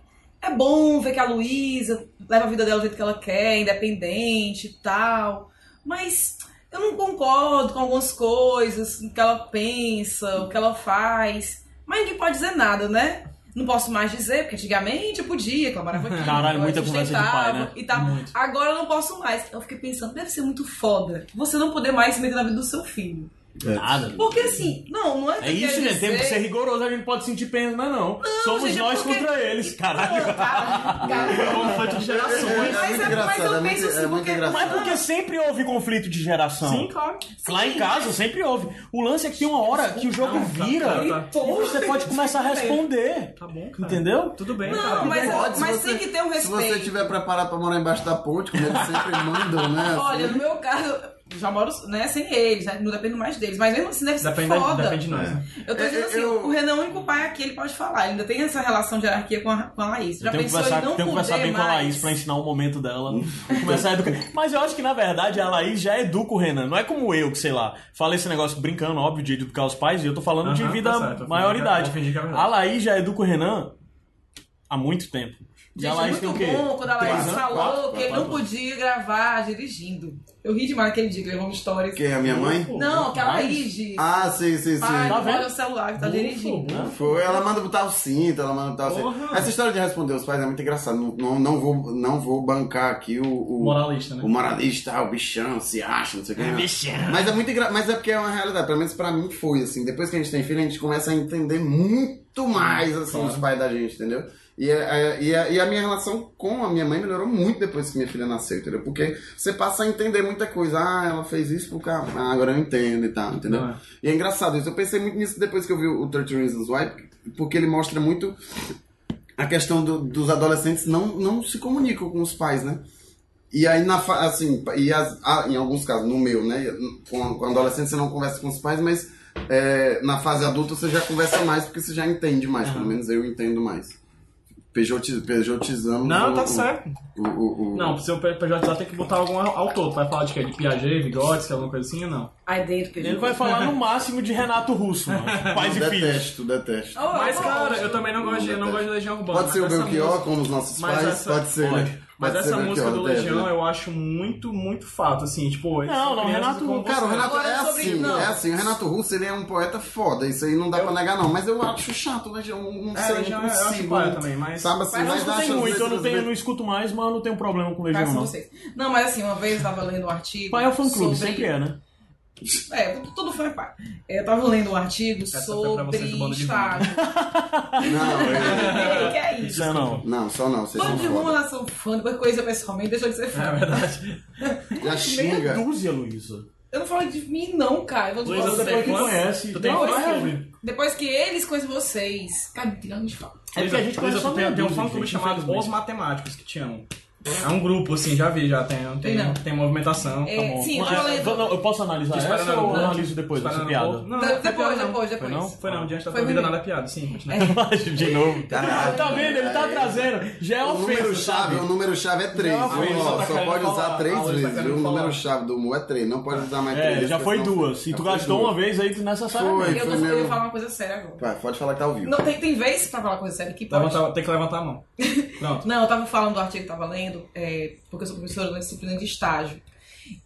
é bom ver que a Luísa leva a vida dela do jeito que ela quer, independente e tal. Mas eu não concordo com algumas coisas, o que ela pensa, o que ela faz. Mas ninguém pode dizer nada, né? Não posso mais dizer, porque antigamente eu podia, clamava aqui. Caralho, eu muita conversa de pai, sustentava né? E tal. Agora eu não posso mais. Eu fiquei pensando, deve ser muito foda você não poder mais se meter na vida do seu filho. Nada. Porque assim, não, não é É isso, quer gente. Temos que dizer- ser rigoroso, a gente pode sentir pena, não. Somos gente, é nós porque- contra eles, caralho. Não, cara, cara. um Conflito de É, gerações. é Mas muito é- mas engraçado, eu é muito, penso assim, é muito porque- Mas engraçado. porque sempre houve conflito de geração. Sim, claro. Lá em casa sempre houve. O lance é que tem uma hora que o jogo Não, tá, vira tá, tá. e você pode começar a responder. Tá bom, cara. Entendeu? Tudo bem, cara. Não, mas, Pode, se mas é, você- tem que ter um Se respeito. você estiver preparado pra morar embaixo da ponte, como eles sempre mandam, né? Olha, no meu caso, já moro né, sem eles, né? Não dependo mais deles. Mas mesmo assim deve ser Depende, foda. depende de nós, né? Eu tô dizendo Eu- assim, eu- o Renan é o único pai aqui, ele pode falar. Ele ainda tem essa relação de hierarquia com a, com a Laís. Já tenho que pensou em conversar, não tenho que conversar poder bem com a Laís mais? pra ensinar o momento dela. começar a educar. Mas eu acho que, na verdade, a Laís já educa o Renan. Não é como eu, que sei lá, falei esse negócio brincando, óbvio, de educar os pais, e eu tô falando de Aham, tá vida certo, eu fingi que- maioridade. eu fingi que era verdade. a Laís já educa o Renan há muito tempo. E a Gente, é Laís tem muito o quê? bom quando a Laís Quatro, falou quatro, que ele não podia gravar dirigindo. Eu ri demais aquele dia que levou uma história. assim. Quem é a minha mãe? Não, que a Mas- Laís de Ah, sim, sim, sim. pai, Tá não olha vendo? né? o celular que tá Bufo, dirigindo. né? bufo. Foi, ela manda botar o cinto, ela manda botar o cinto. Porra. Essa história de responder os pais é muito engraçada. Não, não, não vou, não vou bancar aqui o, o, Moralista, né? o moralista, ah, o bichão, se acha, não sei o que. não. Bichão. Mas é muito engra... Mas é porque é uma realidade, pelo menos pra mim foi, assim. Depois que a gente tem filho, a gente começa a entender muito mais, assim, Claro. os pais da gente, entendeu? E a, a- e, a, e a minha relação com a minha mãe melhorou muito depois que minha filha nasceu, entendeu? Porque você passa a entender muita coisa. Ah, ela fez isso porque... Ah, agora eu entendo e tal, entendeu? Não é. E é engraçado isso. Eu pensei muito nisso depois que eu vi o 30 Reasons Why, porque ele mostra muito a questão do- dos adolescentes não, não se comunicam com os pais, né? E aí, na, fa- assim, e as- ah, em alguns casos, no meu, né? Com, com adolescente você não conversa com os pais, mas é, na fase adulta você já conversa mais, porque você já entende mais. Pelo menos eu entendo mais. Pejoti, pejotizamos. Não, o- tá o- certo. O, o, o- Não, pra seu PJ tem que botar algum autor. Tu vai falar de quê? De Piaget, Vigotes, que é alguma coisa assim ou não? Aí dentro, que Ele vai falar no máximo de Renato Russo, mano. Pais e filhos. detesto, detesto. Oh, Mas, oh, cara, eu também não gosto de, eu não gosto de Legião Urbana. Pode ser o mas essa Belchior, música- como os nossos mas pais, essa- pode ser. pode. né? Mas Pode ser essa música do Belchior, deve, Legião né? eu acho muito, muito fato, assim, tipo... eles Não, são não, crianças Renato- como Cara, o você. Renato Agora, é sobre- assim, não. é assim. O Renato Russo, ele é um poeta foda, isso aí não dá pra negar não, mas eu acho chato, né? Eu não É, sei, Legião não é- eu acho consigo. paia também, mas- Sabe assim, Mas mas, Eu não acho tenho às muito, eu vezes- não, tenho, eu não escuto mais, mas eu não tenho problema com Legião, Façam não. vocês. Não, mas assim, uma vez eu tava lendo um artigo. Pai é o fã-clube, sobre- sempre é, né? É, todo fã é pai. Eu tava lendo um artigo Essa foi pra sobre vocês do Bando de Estado. Não, eu- Ei, que é isso? Isso é não. não, só não, vocês Bando de são foda. Lula são fã, qualquer coisa pessoalmente, deixa de ser fã. É verdade. Já Meia xinga. dúzia, Luísa. Eu não falo de mim, não, cara. Eu vou de Luísa, vocês. você Depois que quantos? conhece. Tu tem Não, um é- fã-clube? Depois que eles conhecem vocês. Cara, tira onde fala. É porque a gente Luísa, conhece só tu tem, meia tem um dúzia, fã-clube gente, chamado infelizmente. Os Matemáticos, que te amam. É um grupo, assim, já vi, já tem, tem, Não. tem movimentação. É, tá bom. Bom, sim, eu mas- tava lendo. não, eu posso analisar Disparando essa ou no- eu um analiso depois essa Disparando piada? no povo. Não, De- não, foi depois, piada, não. depois, depois. Foi não? Foi não, diante da Foi tua vida ruim. nada é piada, sim. continua. De novo. Caralho. tá vendo? Ele tá Aí. trazendo. Já é O número ofensa, sabe? chave, o número chave é 3, Não, viu? Luísa, Ó, tá Só querendo pode usar falar. 3 Ah, Luísa, tá vezes, viu? querendo O falar. número chave do humor é 3, não pode usar mais 3 É, já foi duas. E tu é gastou uma vez aí Foi. necessariamente. eu, tô, meu- eu ia falar uma coisa séria agora. Vai, pode falar que tá ao vivo. Não, tem, tem vez pra falar coisa séria que pode. Levanta- Tem que levantar a mão. Pronto. Não, eu tava falando do artigo que eu tava lendo, é, porque eu sou professora da disciplina de estágio.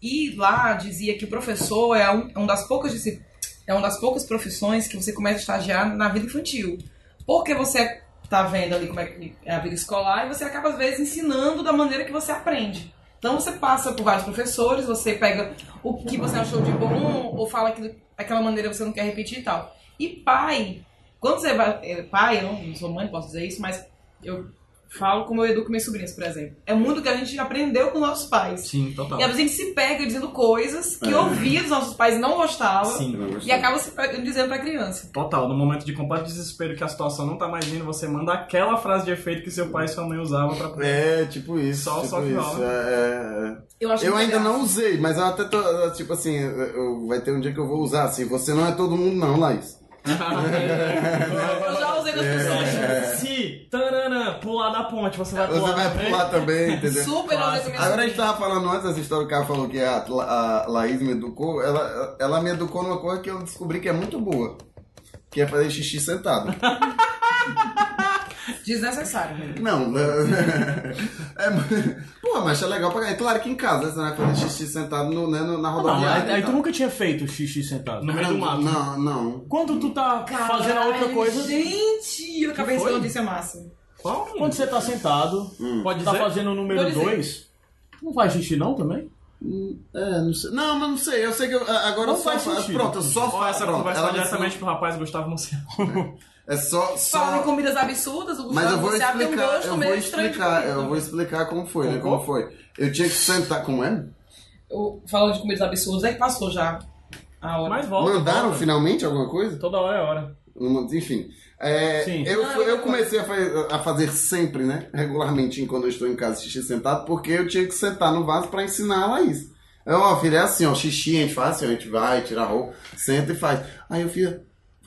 E lá dizia que o professor é, um, é uma das poucas disci- é uma das poucas profissões que você começa a estagiar na vida infantil. Porque você tá vendo ali como é que é a vida escolar e você acaba, às vezes, ensinando da maneira que você aprende. Então você passa por vários professores, você pega o que você achou de bom, ou fala que daquela maneira que você não quer repetir e tal. E pai, quando você vai. é, Pai, eu não sou mãe, posso dizer isso, mas eu falo como eu educo meus sobrinhos, por exemplo. É muito que a gente aprendeu com nossos pais. Sim, total. E às vezes a gente se pega dizendo coisas que É. ouvia dos nossos pais e não gostava. Sim. Eu não E gostei. acaba se pegando dizendo pra criança. Total, no momento de completo desespero que a situação não tá mais indo, você manda aquela frase de efeito que seu pai e sua mãe usavam pra poder. É, tipo isso. Só- tipo só que rola. isso. É, é, é. Eu, acho Eu muito ainda legal. não usei, mas eu até tô, tipo assim, eu- eu- vai ter um dia que eu vou usar, assim, você não é todo mundo não, Laís. Eu já usei nas É, pessoas. Se taranã, pular da ponte, você vai pular. Você vai pular também, entendeu? Super usei com minhas é. Agora a gente sobrinhas. tava falando antes, essa história que o cara falou que a, La- a Laís me educou, ela, ela me educou numa coisa que eu descobri que é muito boa. Que é fazer xixi sentado. Desnecessário, né? Não, é, pô, mas é legal pra É claro que em casa, né, você vai fazer xixi sentado no, né, no- na Ah, Não, rodoviária. aí, aí e tu tal. nunca tinha feito xixi sentado. No meio do mato. Não, não. Quando tu tá fazendo a outra Caralho, coisa, Gente, eu acabei de foi? ter uma notícia massa. Qual? quando você tá sentado, Hum. Pode tá dizer? fazendo o número Pode dizer. 2, não faz xixi não também? É, não sei. Não, mas não sei. Eu sei que eu, a- agora Não eu só faz faço. sentido. Pronto, eu só Ó, faço. essa pronto, conversa ela vai me diretamente pro rapaz Gustavo Monsenhor. É só. Falando em só... comidas absurdas, o Mas eu Gustavo vou Buciato tem um explicar, eu gosto vou meio estranho. de explicar, comida. eu vou explicar como foi, né? Como foi. Eu tinha que sentar. Como é? Eu- Falando de comidas absurdas, é que passou já a hora. Mas volta. Mandaram volta. finalmente alguma coisa? Toda hora é hora. Uma- Enfim. É, Sim. eu, Não, fui- eu eu- comecei a, fa- a fazer sempre, né? Regularmente quando eu estou em casa assistir sentado, porque eu tinha que sentar no vaso pra ensinar a Laís. É, ó, filha, é assim, ó, xixi, a gente faz assim, ó, a gente vai, tira a roupa, senta e faz. Aí eu filha,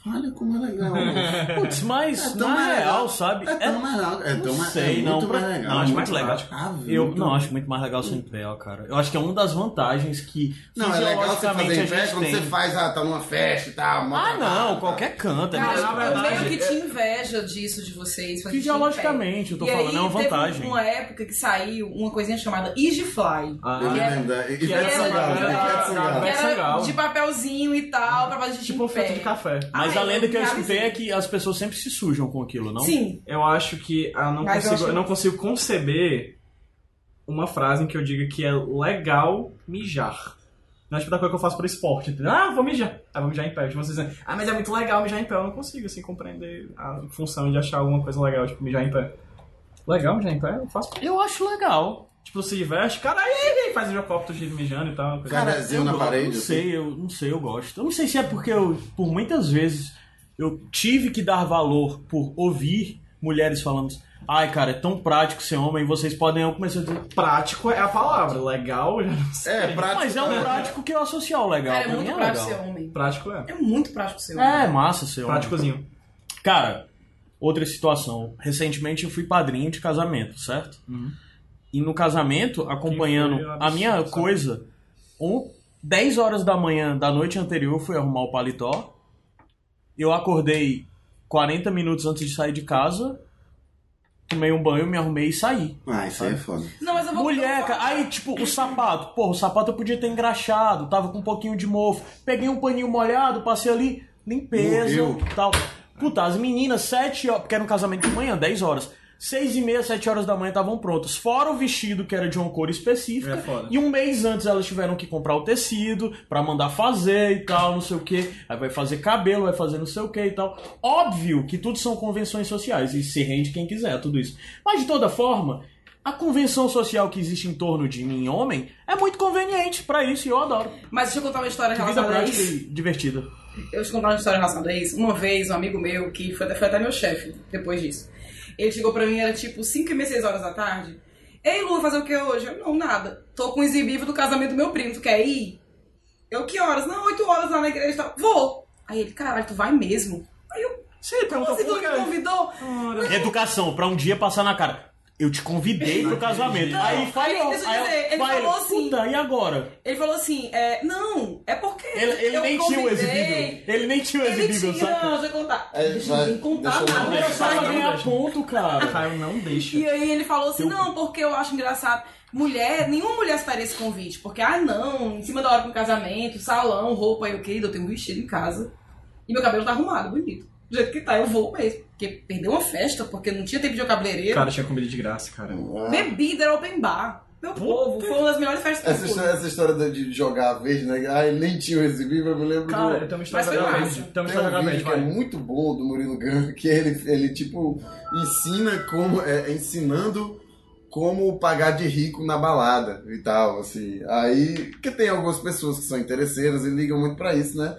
olha como é legal. mano. Putz, mas É tão na mais real, legal. sabe? É tão É- mais legal. É não tão mais, sei, é não, muito pra- mais legal. não, acho muito legal. Ah, Eu muito. não acho muito mais legal sendo PL, cara. Eu acho que é uma das vantagens que Não, é legal você fazer em fisiologicamente a festa gente quando tem. você faz, ah, tá numa festa e tal. uma- Ah, não, qualquer canto. É Cara, mais na eu verdade, meio que te inveja disso de vocês. fazer é Fisiologicamente, eu tô e aí, falando, é uma Teve vantagem. uma época que saiu uma coisinha chamada Igifly. Eu me Ah, é- lembro. da- que Ivete era- né? Sangalo, era- Ivete Sangalo. É, É, Que Ivete era Sangalo. de papelzinho e tal, pra fazer xixi tipo um em pé. feito de café. Mas Ah, a lenda que eu realizei. escutei é que as pessoas sempre se sujam com aquilo, não? Sim. Eu acho que ah, não Mas eu consigo- acho- eu não consigo conceber uma frase em que eu diga que é legal mijar. Não é tipo da coisa que eu faço pro esporte. entendeu? Ah, vou mijar. Ah, vou mijar em pé. Tipo, vocês dizem, ah, mas é muito legal mijar em pé. Eu não consigo, assim, compreender a função de achar alguma coisa legal, tipo, mijar em pé. Legal mijar em pé? Eu faço. Eu acho legal. Tipo, se diverte, cara, aí, aí, faz o meu copo do giro mijando e tal. coisa. Cara, Desenho eu na gosto, parede, Não assim. sei, eu não sei, eu gosto. Eu não sei se é porque eu, por muitas vezes, eu tive que dar valor por ouvir mulheres falando. Ai, cara, é tão prático ser homem, vocês podem. Eu comecei a dizer. prático é a palavra. Legal, já não sei. É, prático. Mas é um prático que eu associo ao legal. Cara, é pra mim muito é prático ser legal. homem. Prático é. É muito prático ser homem. É, massa ser homem. Práticozinho. Cara, outra situação. Recentemente eu fui padrinho de casamento, certo? Uhum. E no casamento, acompanhando Que foi um a minha absurdo, sabe? coisa, um, 10 horas da manhã da noite anterior eu fui arrumar o paletó. Eu acordei 40 minutos antes de sair de casa, tomei um banho, me arrumei e saí. Ah, isso aí é foda. Não, mas eu vou... Mulher, cara, aí tipo, o sapato, porra, o sapato eu podia ter engraxado, tava com um pouquinho de mofo. Peguei um paninho molhado, passei ali, limpeza Morreu. tal. Puta, as meninas, 7 horas, porque era um casamento de manhã, 10 horas. 6 e meia, 7 horas da manhã estavam prontas. Fora o vestido, que era de uma cor específica. É foda. e um mês antes elas tiveram que comprar o tecido pra mandar fazer e tal, não sei o que. Aí vai fazer cabelo, vai fazer não sei o que e tal. Óbvio que tudo são convenções sociais e se rende quem quiser, tudo isso. Mas de toda forma, a convenção social que existe em torno de mim, homem, é muito conveniente pra isso e eu adoro. Mas deixa eu contar uma história Vida relacionada a prática isso. e divertida. Eu te contar uma história relacionada a isso. Uma vez, um amigo meu, que foi, foi até meu chefe depois disso, ele chegou pra mim, era tipo 5 e meia, 6 horas da tarde. Ei, Lu, fazer o que hoje? Eu, não, nada. Tô com o exibível do casamento do meu primo, tu quer ir? Eu, que horas? Não, 8 horas lá na igreja e tal. Vou! Aí ele, caralho, tu vai mesmo? Aí eu, Você perguntou você tu por não quê? me convidou? Educação, pra um dia passar na cara. Eu te convidei pro casamento. Não, aí falhou. deixa eu aí dizer, ele vai, falou assim- Puta, e agora? Ele falou assim, é, não, é porque Ele, ele eu nem tinha o convidei. exibível. Ele nem tinha o Ele exibível, tinha, sabe? não, deixa eu contar. É, deixa vai, eu nem contar deixa eu nada. não- Era só pra Não, ganhar deixa. ponto, cara. Caio não deixa. E aí ele falou assim, Eu- não, porque eu acho engraçado. Mulher, nenhuma mulher aceitaria esse convite. Porque, ah, não, em cima da hora pro casamento, salão, roupa, eu, querido, eu tenho um vestido em casa. E meu cabelo tá arrumado, bonito. Do jeito que tá, eu vou mesmo. Porque perdeu uma festa, porque não tinha tempo de ir ao cabeleireiro. Cara, tinha comida de graça, cara. Bebida era open bar. Meu povo, foi uma das melhores festas Essa do história, mundo. essa história de jogar a verde, né? Ai, nem tinha o exibível, eu me lembro Cara, do... eu tenho uma história Mas foi da massa. verde. Tem uma Tem história da um vídeo verde, que é vai. muito bom do Murilo Gun, que ele, ele tipo, ensina como... É, é ensinando como pagar de rico na balada e tal, assim. Aí, que tem algumas pessoas que são interesseiras e ligam muito pra isso, né?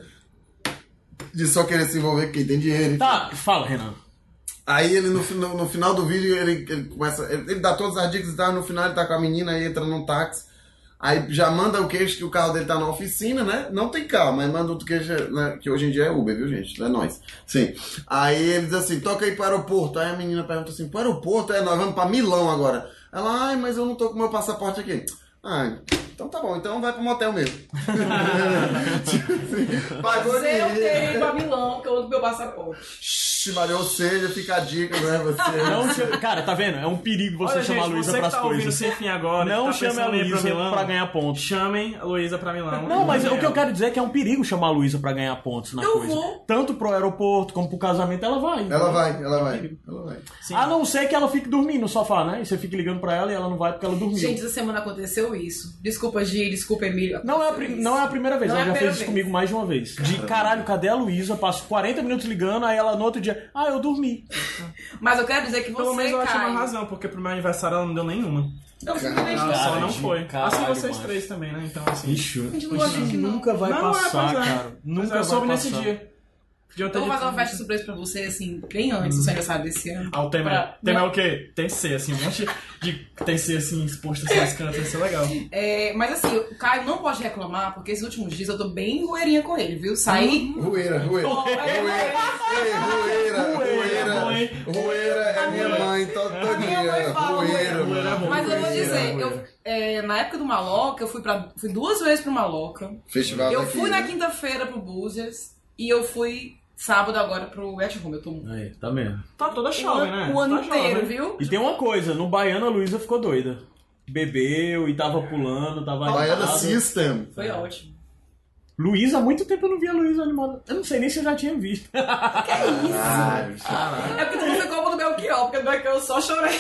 De só querer se envolver com quem tem dinheiro. Tá, fala, Renan. Aí ele no, fina- no final do vídeo ele, ele começa. Ele, ele dá todas as dicas e tal. No final ele tá com a menina aí entra num táxi. Aí já manda o queijo que o carro dele tá na oficina, né? Não tem carro, mas manda o queijo, né? que hoje em dia é Uber, viu, gente? Não é nós. Sim. Aí ele diz assim: toca aí pro aeroporto. Aí a menina pergunta assim: pro aeroporto? É, nós vamos pra Milão agora. Ela, ai, mas eu não tô com meu passaporte aqui. Ah, então tá bom, então vai pro motel mesmo. tipo assim, pagou de Eu rico. teria ido pra Milão, que eu uso meu passaporte. Shhh, Maria, ou seja, fica a dica, né? Você. Não chama- Cara, tá vendo? É um perigo você Olha, chamar a gente, Luísa você que pras tá ouvindo coisas. sem fim agora. Não tá chame a pensando em ir pra Luísa Milão, pra ganhar um ponto. Chamem a Luísa pra Milão. Não, mas E o que eu quero dizer é que é um perigo chamar a Luísa pra ganhar pontos na Eu coisa. vou. Tanto pro aeroporto como pro casamento, ela vai. Ela vai, ela vai, ela vai. Sim. A Ah, não ser que ela fique dormindo no sofá, né? E você fique ligando pra ela e ela não vai porque ela dormiu. Gente, essa semana aconteceu isso. Desculpa, Gi, desculpa, Emílio. não é, a pri- não é a primeira vez, Não ela é a já fez primeira isso vez. comigo mais de uma vez. De caralho, cadê a Luísa? Passo 40 minutos ligando, aí ela no outro dia, ah, eu dormi. Mas eu quero dizer que você, Pelo menos eu acho Caio, uma razão, porque pro meu aniversário ela não deu nenhuma. Eu simplesmente Ela não só Caralho, não foi. caralho, assim vocês macho. três também, né? Então, assim. Bicho, gente não gosta disso, não. nunca vai Não, é, pois passar, é. cara. Mas Nunca eu vai soube passar. nesse dia. Podiam ter Eu vou fazer Então uma dito- festa surpresa pra você, assim, bem antes do seu aniversário desse ano. Ah, o tema é. Pra- O tema é o quê? Tem C, assim, um monte de tem C, assim, exposto assim, nas cantas, ia ser legal. É, mas assim, o Caio não pode reclamar, porque esses últimos dias eu tô bem roeirinha com ele, viu? Saí. Rueira, rueira. Pô, é, Rueira, ei, Rueira, rueira, rueira. mãe. Rueira é A minha minha mãe, todo minha mãe dia. fala Rueira, rueira. mano. Rueira é Mas eu vou Rueira, dizer, rueira. eu, é, na época do Maloca, eu fui, pra, fui duas vezes pro Maloca. Festival Eu daqui, fui né? na quinta-feira pro Búzias e eu fui sábado agora pro At Home. Eu tô o Aí, tá mesmo. Tá toda ano, jovem, né? o ano tá jovem. inteiro, viu? E tem uma coisa, no baiano a Luísa ficou doida. Bebeu e tava pulando, tava Baiana agitada. System. Foi ótimo. Luísa, há muito tempo eu não via a Luísa animada. Eu não sei nem se eu já tinha visto. Ah, É porque tu não ficou com o do Belchior, porque o Belchior eu só chorei.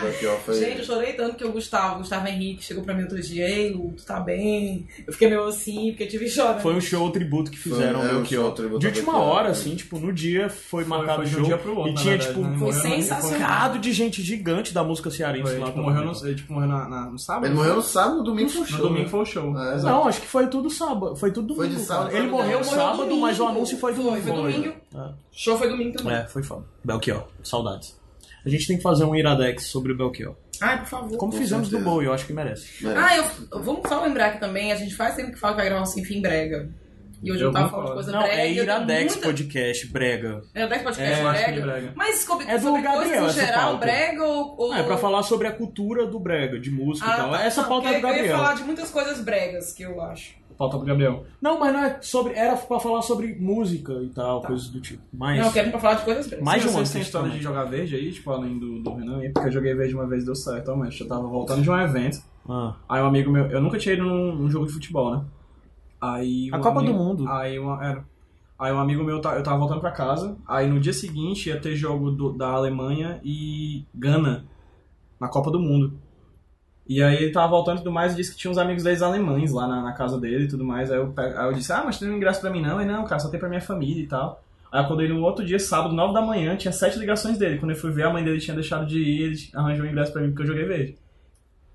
Belchior foi. é. Gente, eu chorei tanto que o Gustavo, Gustavo Henrique, chegou pra mim outro dia, ei, Lu, tu tá bem? Eu fiquei meio assim, porque eu tive chorando. Foi um show tributo que fizeram Foi, é, meu um que show tributo De ao última Belchior, hora, né? assim, tipo, no dia foi, marcado o de um show. dia pro outro, e na tinha, verdade, tipo, né? um Foi Morreu na- sensacional. bocado de gente gigante da música cearense Foi, lá. tipo, também. morreu, no, ele, tipo, morreu na, na- no sábado? Ele morreu no sábado, no domingo foi o No show. domingo foi o show. É, exato. Não, acho que foi tudo sábado. Foi tudo Foi domingo. de sábado, Ele sábado, morreu né? sábado, Foi mas o domingo. anúncio foi Foi, domingo. foi domingo. Ah. Show foi domingo também. É, foi foda. Belchior, saudades. A gente tem que fazer um Iradex sobre o Belchior. Ai, por favor. Como Com fizemos do certeza. Bowie, eu acho que merece. É. Ah, eu, eu- vamos só lembrar aqui também, a gente faz tempo que fala que vai gravar um Sem Fim Brega. E hoje eu, Eu tava vou falando de falar. coisa Não, brega. é eu tenho Iradex muita- Podcast, brega. Iradex Podcast acho É, que brega. de brega. Mas sobre, É do sobre Gabriel coisas essa em geral, pauta. brega ou... ou... Não, é pra falar sobre a cultura do brega, de música Ah, e tal. tá. Essa Não, pauta é porque do Eu ia Gabriel. falar de muitas coisas bregas que eu acho. Pauta pro Gabriel. Não, mas não é sobre. Era pra falar sobre música e tal, Tá. coisas do tipo. Mas. Não, eu quero pra falar de coisas bregas. Mas- Mais de um vocês ano têm que história também. de jogar verde aí, tipo, além do, do Renan aí, porque eu joguei verde uma vez e deu certo, mas eu tava voltando de um evento. Ah, Aí um amigo meu, eu nunca tinha ido num, num jogo de futebol, né? Aí. A um Copa amigo- do Mundo. Aí uma, era. Aí um amigo meu, ta- eu tava voltando pra casa, aí no dia seguinte ia ter jogo do- da Alemanha e Gana na Copa do Mundo. E aí ele tava voltando e tudo mais e disse que tinha uns amigos deles alemães lá na, na casa dele e tudo mais. Aí eu, pe- aí eu disse, ah, mas tem um ingresso pra mim não? Ele, não, cara, só tem pra minha família e tal. Aí eu acordei no outro dia, sábado, 9 da manhã, tinha sete ligações dele. Quando eu fui ver, a mãe dele tinha deixado de ir, ele arranjou um ingresso pra mim porque eu joguei verde.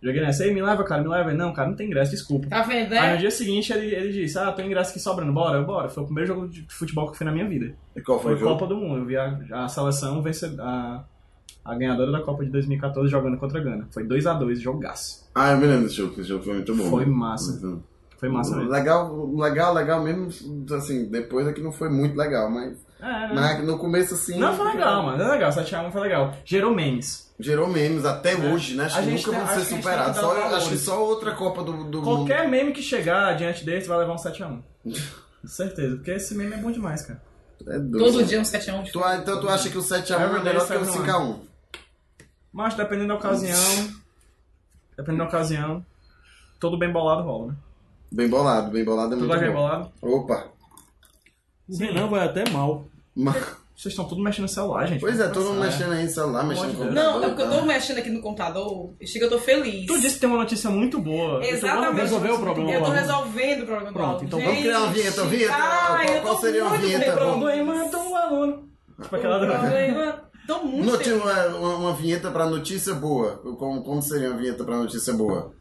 Joguei nessa, aí me leva, cara, me leva. Ele, não, cara, não tem ingresso, desculpa. Tá vendo, Aí né? no dia seguinte ele, ele disse, ah, tem ingresso aqui sobrando, bora, eu bora. Foi o primeiro jogo de futebol que eu fui na minha vida. E qual foi Foi o jogo? Copa do Mundo. Eu vi a, a seleção vencer a, a ganhadora da Copa de 2014 jogando contra a Gana. Foi 2x2, jogaço. Ah, eu me lembro desse jogo, que esse jogo foi muito bom. Foi massa. Muito Foi massa mesmo. Legal, legal, legal mesmo. Assim, depois é que não foi muito legal, mas. É, né? mas no começo, assim. Não, foi legal, mano. É legal, 7x1 foi legal. Gerou memes. Gerou memes até hoje, né? Acho É. A que gente nunca tem- vão ser acho que a gente superados. tem que dar Só, valor. acho que só outra Copa do, do Mundo. Qualquer meme que chegar diante desse vai levar um 7x1. Com certeza, porque esse meme é bom demais, cara. É doido. Todo dia um 7 a 1 de Tu, a- então tu acha que o 7x1 é Everyday melhor que o 7x1. 5x1? Mas dependendo da ocasião. dependendo da ocasião. Todo bem bolado rola, né? Bem bolado, bem bolado é Tudo muito vai bem bom. bolado. Opa. o Renan vai até mal. Mas- Vocês estão tudo mexendo no celular, gente. Pois é, todo mundo Nossa, mexendo aí no celular, mexendo no Pelo amor de Não, computador. é porque eu tá? tô mexendo aqui no computador e chega, eu tô feliz. Tu disse que tem uma notícia muito boa. Exatamente. Então, Resolveu o problema Eu do tô aluno. resolvendo o problema do Pronto, aluno. então Gente, vamos criar uma vinheta, uma vinheta? Ai, Qual- eu tô qual seria a muito vinheta? com Vamos- problema Problema do do um aluno. Tipo aquela do... problema. Tô muito Noti- feliz. uma, uma- uma vinheta pra notícia boa. Como, como seria uma vinheta pra notícia boa?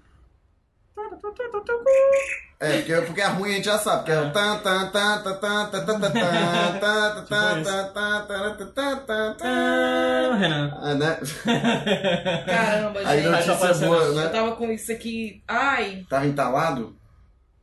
É, porque, porque a ruim a gente já sabe. Porque é. o tan, tan, tan, tan, tan, tan, tan, tan, tan, Tipo tan, tan, tan, tan, tan, tan, tan, tan, tan. Ah, Renan. Ah, né? Caramba, Aí gente. tá notícia aparecendo. boa, Eu né? tava com isso aqui. Ai, Tava Tá entalado?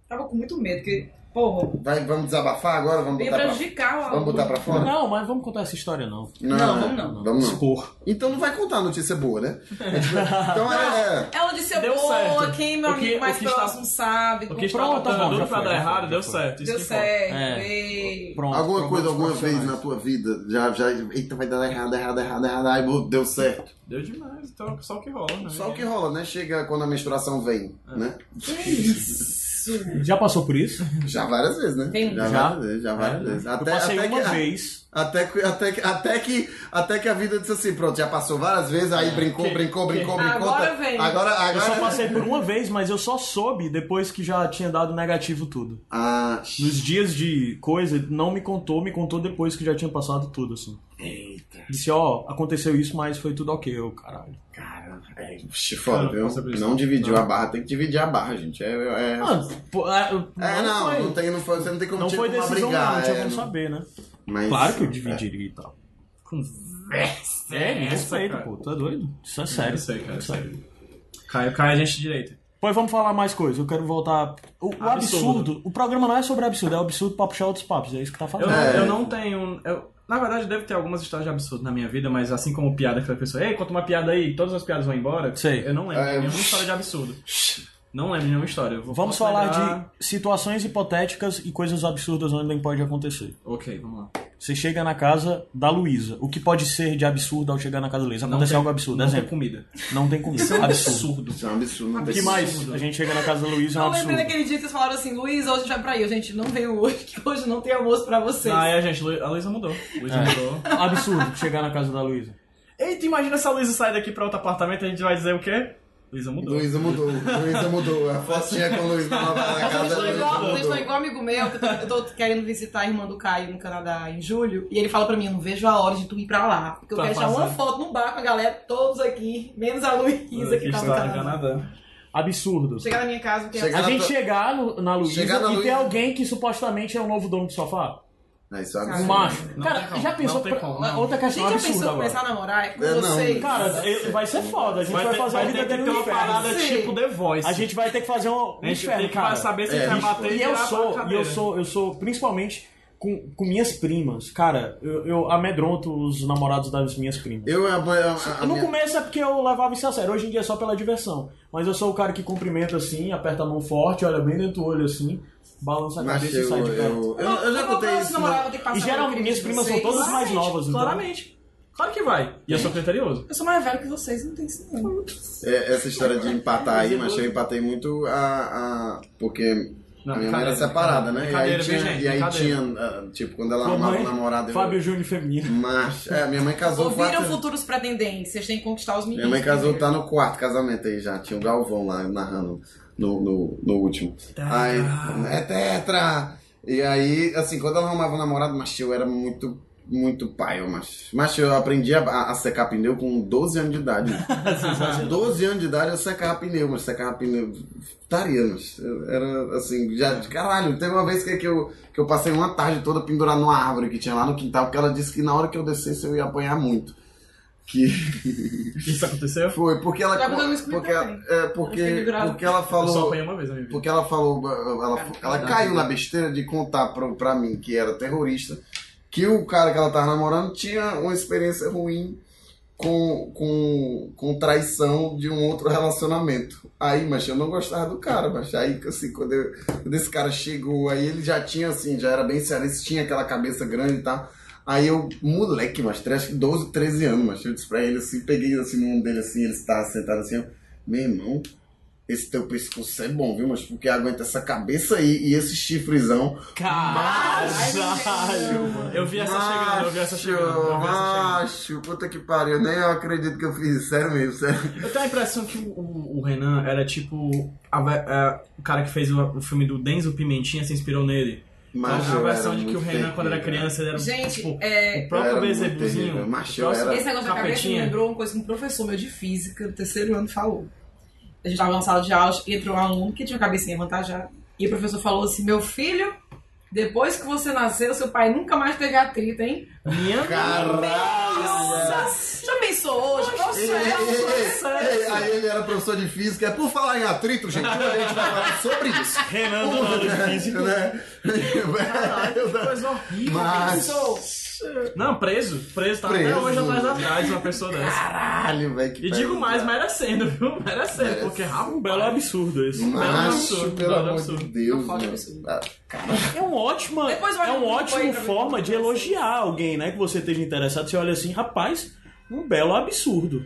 tava com muito medo, porque, porra, Vai, vamos desabafar agora? Vamos ia botar pra, prejudicar o aluno. vamos botar pra fora? Não, mas vamos contar essa história não. Não, vamos não. Vamos não. Expor. Então não vai contar a notícia boa, né? Então é. Ela disse eu Deu boa, certo. quem meu O que- amigo o mais que próximo sabe. O que Pronto, estava tá bom, dando já duro pra foi, dar já errado, foi, deu já certo. isso Deu que importa. certo. É. ei. Pronto. Alguma problemas coisa alguma vez profissionais. na tua vida já, já. Eita, vai dar errado, errado, errado, errado. Ai, meu, deu certo. Deu demais, então é só o que rola, né? Só o que rola, né? Chega quando a menstruação vem, né? Que isso? Já passou por isso? Já várias vezes, né? Tem. Já Já? várias vezes, já várias vezes. Eu Até, passei até, uma que, vez. até, que, até, que, até que até que a vida disse assim, pronto, já passou várias vezes, aí brincou, Que- brincou, que- brincou, Agora brincou. tá- vem. Agora, Eu só agora. passei por uma vez, mas eu só soube depois que já tinha dado negativo tudo. Ah, Nos dias de coisa, não me contou, me contou depois que já tinha passado tudo, assim. eita. Disse, ó, aconteceu isso, mas foi tudo ok, eu, caralho. Cara, é puxa, foda, Cara, viu? nossa, bicho. Não dividiu Não. a barra, tem que dividir a barra, gente. É, é, é, Ah, pô, ah, eu- não, foi- não, tem, não foi, você não tem como não tipo, foi como decisão brigar, não, não tinha é, como não- saber, né? mas- Claro que eu dividiria e tal. Conversa! É, me respeita, cara. pô, tu é doido? Isso é Eu sério. sei, cara. eu Isso é sério. sei. Caio, Caio, a gente de direita. Pois vamos falar mais coisas. Eu quero voltar. O, o Absurdo. absurdo. O programa não é sobre absurdo, é o absurdo pra puxar outros papos. É isso que tá Eu, falando. não- É. eu não tenho. eu- na verdade, deve ter algumas histórias de absurdo na minha vida, mas assim como piada que a pessoa, ei, conta uma piada aí, todas as piadas vão embora. Sei. Eu não lembro de É. nenhuma história de absurdo. Não lembro de nenhuma história. Eu vou- Vamos posso falar lembrar- de situações hipotéticas e coisas absurdas onde não pode acontecer. Ok, vamos lá. Você chega na casa da Luísa. O que pode ser de absurdo ao chegar na casa da Luísa? Acontece tem- algo absurdo. Não tem Exemplo, comida. não tem comida. Absurdo. Isso é um absurdo. não O Ah, que tem- mais? A gente chega na casa da Luísa, é um Eu lembrei absurdo. daquele dia que vocês falaram assim, Luiz, hoje a gente vai pra aí. Eu, gente, não veio hoje, que hoje não tem almoço pra vocês. Ah, é, gente, Lu- a Luísa mudou. Luísa É. mudou. Absurdo chegar na casa da Luísa. Eita, imagina se a Luísa sair daqui pra outro apartamento, a gente vai dizer o quê? Luísa mudou. Luísa mudou, Luísa mudou. A fotinha com o Luísa na na Vocês casa estão da igual, vocês Luísa estão mudou. igual amigo meu, que eu tô, eu tô querendo visitar a irmã do Caio no Canadá em julho. E ele fala pra mim, eu não vejo a hora de tu ir pra lá. Porque eu Tá Pra quero tirar uma fazer. foto no bar com a galera, todos aqui, menos a Luísa que, tá no Canadá. Absurdo. Chegar na minha casa, não tem Chegar- A gente chegar no- na Luísa Chegar na e ter Luísa. alguém que supostamente é o novo dono do sofá. Ah, Isso é um Um absurdo. macho. Não Cara, tem como, já não pensou... tem como, não. Outra A questão gente já absurda pensou em agora. começar a namorar? É com É, não. vocês. Cara, ele- vai ser foda. A gente vai, Vai, ter, fazer vai a vida ter que dele ter no uma inferno. parada Sim. tipo The Voice. A gente vai ter que fazer um, A um gente inferno, tem que cara. saber se É, vai isso. bater E eu virar pra sou, e cadeira. eu sou, um eu sou principalmente com, com minhas primas. Cara, eu, eu amedronto os namorados das minhas primas. Eu, a, a, a, a no minha... começo é porque eu levava isso a sério. Hoje em dia é só pela diversão. Mas eu sou o cara que cumprimenta assim, aperta a mão forte, olha bem dentro do olho assim, balança a Mas cabeça e eu, sai de perto. eu, eu, eu já contei isso. Namorado, né? vou ter que passar E geralmente, na frente minhas de primas são vocês. Ah, todas- Os mais novos, então. Claramente. Claro que vai. E eu sou criterioso. Eu sou mais velho que vocês, não tem isso não. É, Essa história de empatar aí, mas eu empatei muito a. a porque Não, a minha mãe era brincadeira. separada, né? E aí Brincadeira, viu, tinha, gente? e aí Brincadeira. tinha ah, tipo, quando ela Tua arrumava mãe, o namorado. eu- Fábio Júnior feminino. Mas, é, minha mãe casou Ouviram quatro. futuros pretendentes, vocês têm que conquistar os meninos. Minha mãe casou, primeiro. tá no quarto casamento aí já. Tinha o Galvão lá narrando no, no, no último. Tetra. Aí, é tetra! E aí, assim, quando ela arrumava o namorado, mas eu era muito, muito pai, mas. Mas eu aprendi a, a secar pneu com 12 anos de idade. Ah. 12 anos de idade eu secava pneu, mas secava pneu. Taria, mas. eu Era assim, já. Caralho, teve uma vez que, que, eu, que eu passei uma tarde toda pendurada numa árvore que tinha lá no quintal, porque ela disse que na hora que eu descesse eu ia apanhar muito. Que. Isso aconteceu? Foi, porque ela. Já aconteceu com o Scooby porque, também. é, porque, Eu fiquei grávida. porque ela Eu só falou. apanhei uma vez né, na minha vida. Porque ela falou. Ela, ela caiu na besteira de contar pra, pra mim que era terrorista. Que o cara que ela tava namorando tinha uma experiência ruim com, com, com traição de um outro relacionamento. Aí, mas eu não gostava do cara, mas aí assim, quando, eu- quando esse cara chegou, aí ele já tinha assim, já era bem cearense, tinha aquela cabeça grande e tal. Aí eu, moleque, mas acho que 12, 13 anos, mas eu disse pra ele assim, peguei assim no ombro dele assim, ele estava sentado assim, ó, meu irmão, esse teu pescoço é bom, viu, mas porque aguenta essa cabeça aí e esse chifrezão. Caralho! Eu vi essa chegando, eu vi essa chegando. Eu vi essa Macho, puta que pariu, nem eu acredito que eu fiz isso, sério mesmo, sério. chegando. Eu tenho a impressão que o, o- o Renan era tipo a ve- a- o cara que fez o, o filme do Denzel Pimentinha se inspirou nele. Macho, Então, a eu versão era de que o muito Renan, quando era terrível. criança, ele era Gente, tipo, é, o Eu próprio era muito Bezebuzinho. terrível. Macho, eu era- Esse negócio da cabeça me Capetinha. lembrou uma coisa que um professor meu de física, do terceiro ano, falou. A gente tava na sala de aula, entrou um aluno que tinha a cabecinha avantajada. E o professor falou assim: Meu filho, depois que você nasceu, seu pai nunca mais teve atrito, hein? Minha Caralho! Nossa! Já pensou hoje? Nossa, Ei, é ei, um ei, ei, processo. aí ele era professor de física. É por falar em atrito, gente, hoje a gente vai falar sobre isso. Renan do lado de física. Né? Caralho, que coisa horrível. Mas- Não, preso. Preso, tá até Preso. hoje atrás atrás uma pessoa dessa. Caralho, velho. que E digo pariu. mais, merecendo, viu? Merecendo, porque Um rabo belo absurdo esse. Macho, é um absurdo, pelo belo amor de absurdo. Deus. Não fala meu. absurdo. Ah, É um ótima, Depois olha é um no grupo aí ótimo pra ver forma como de vai ser. elogiar alguém, né? Que você esteja interessado. Você olha assim, rapaz, um belo absurdo.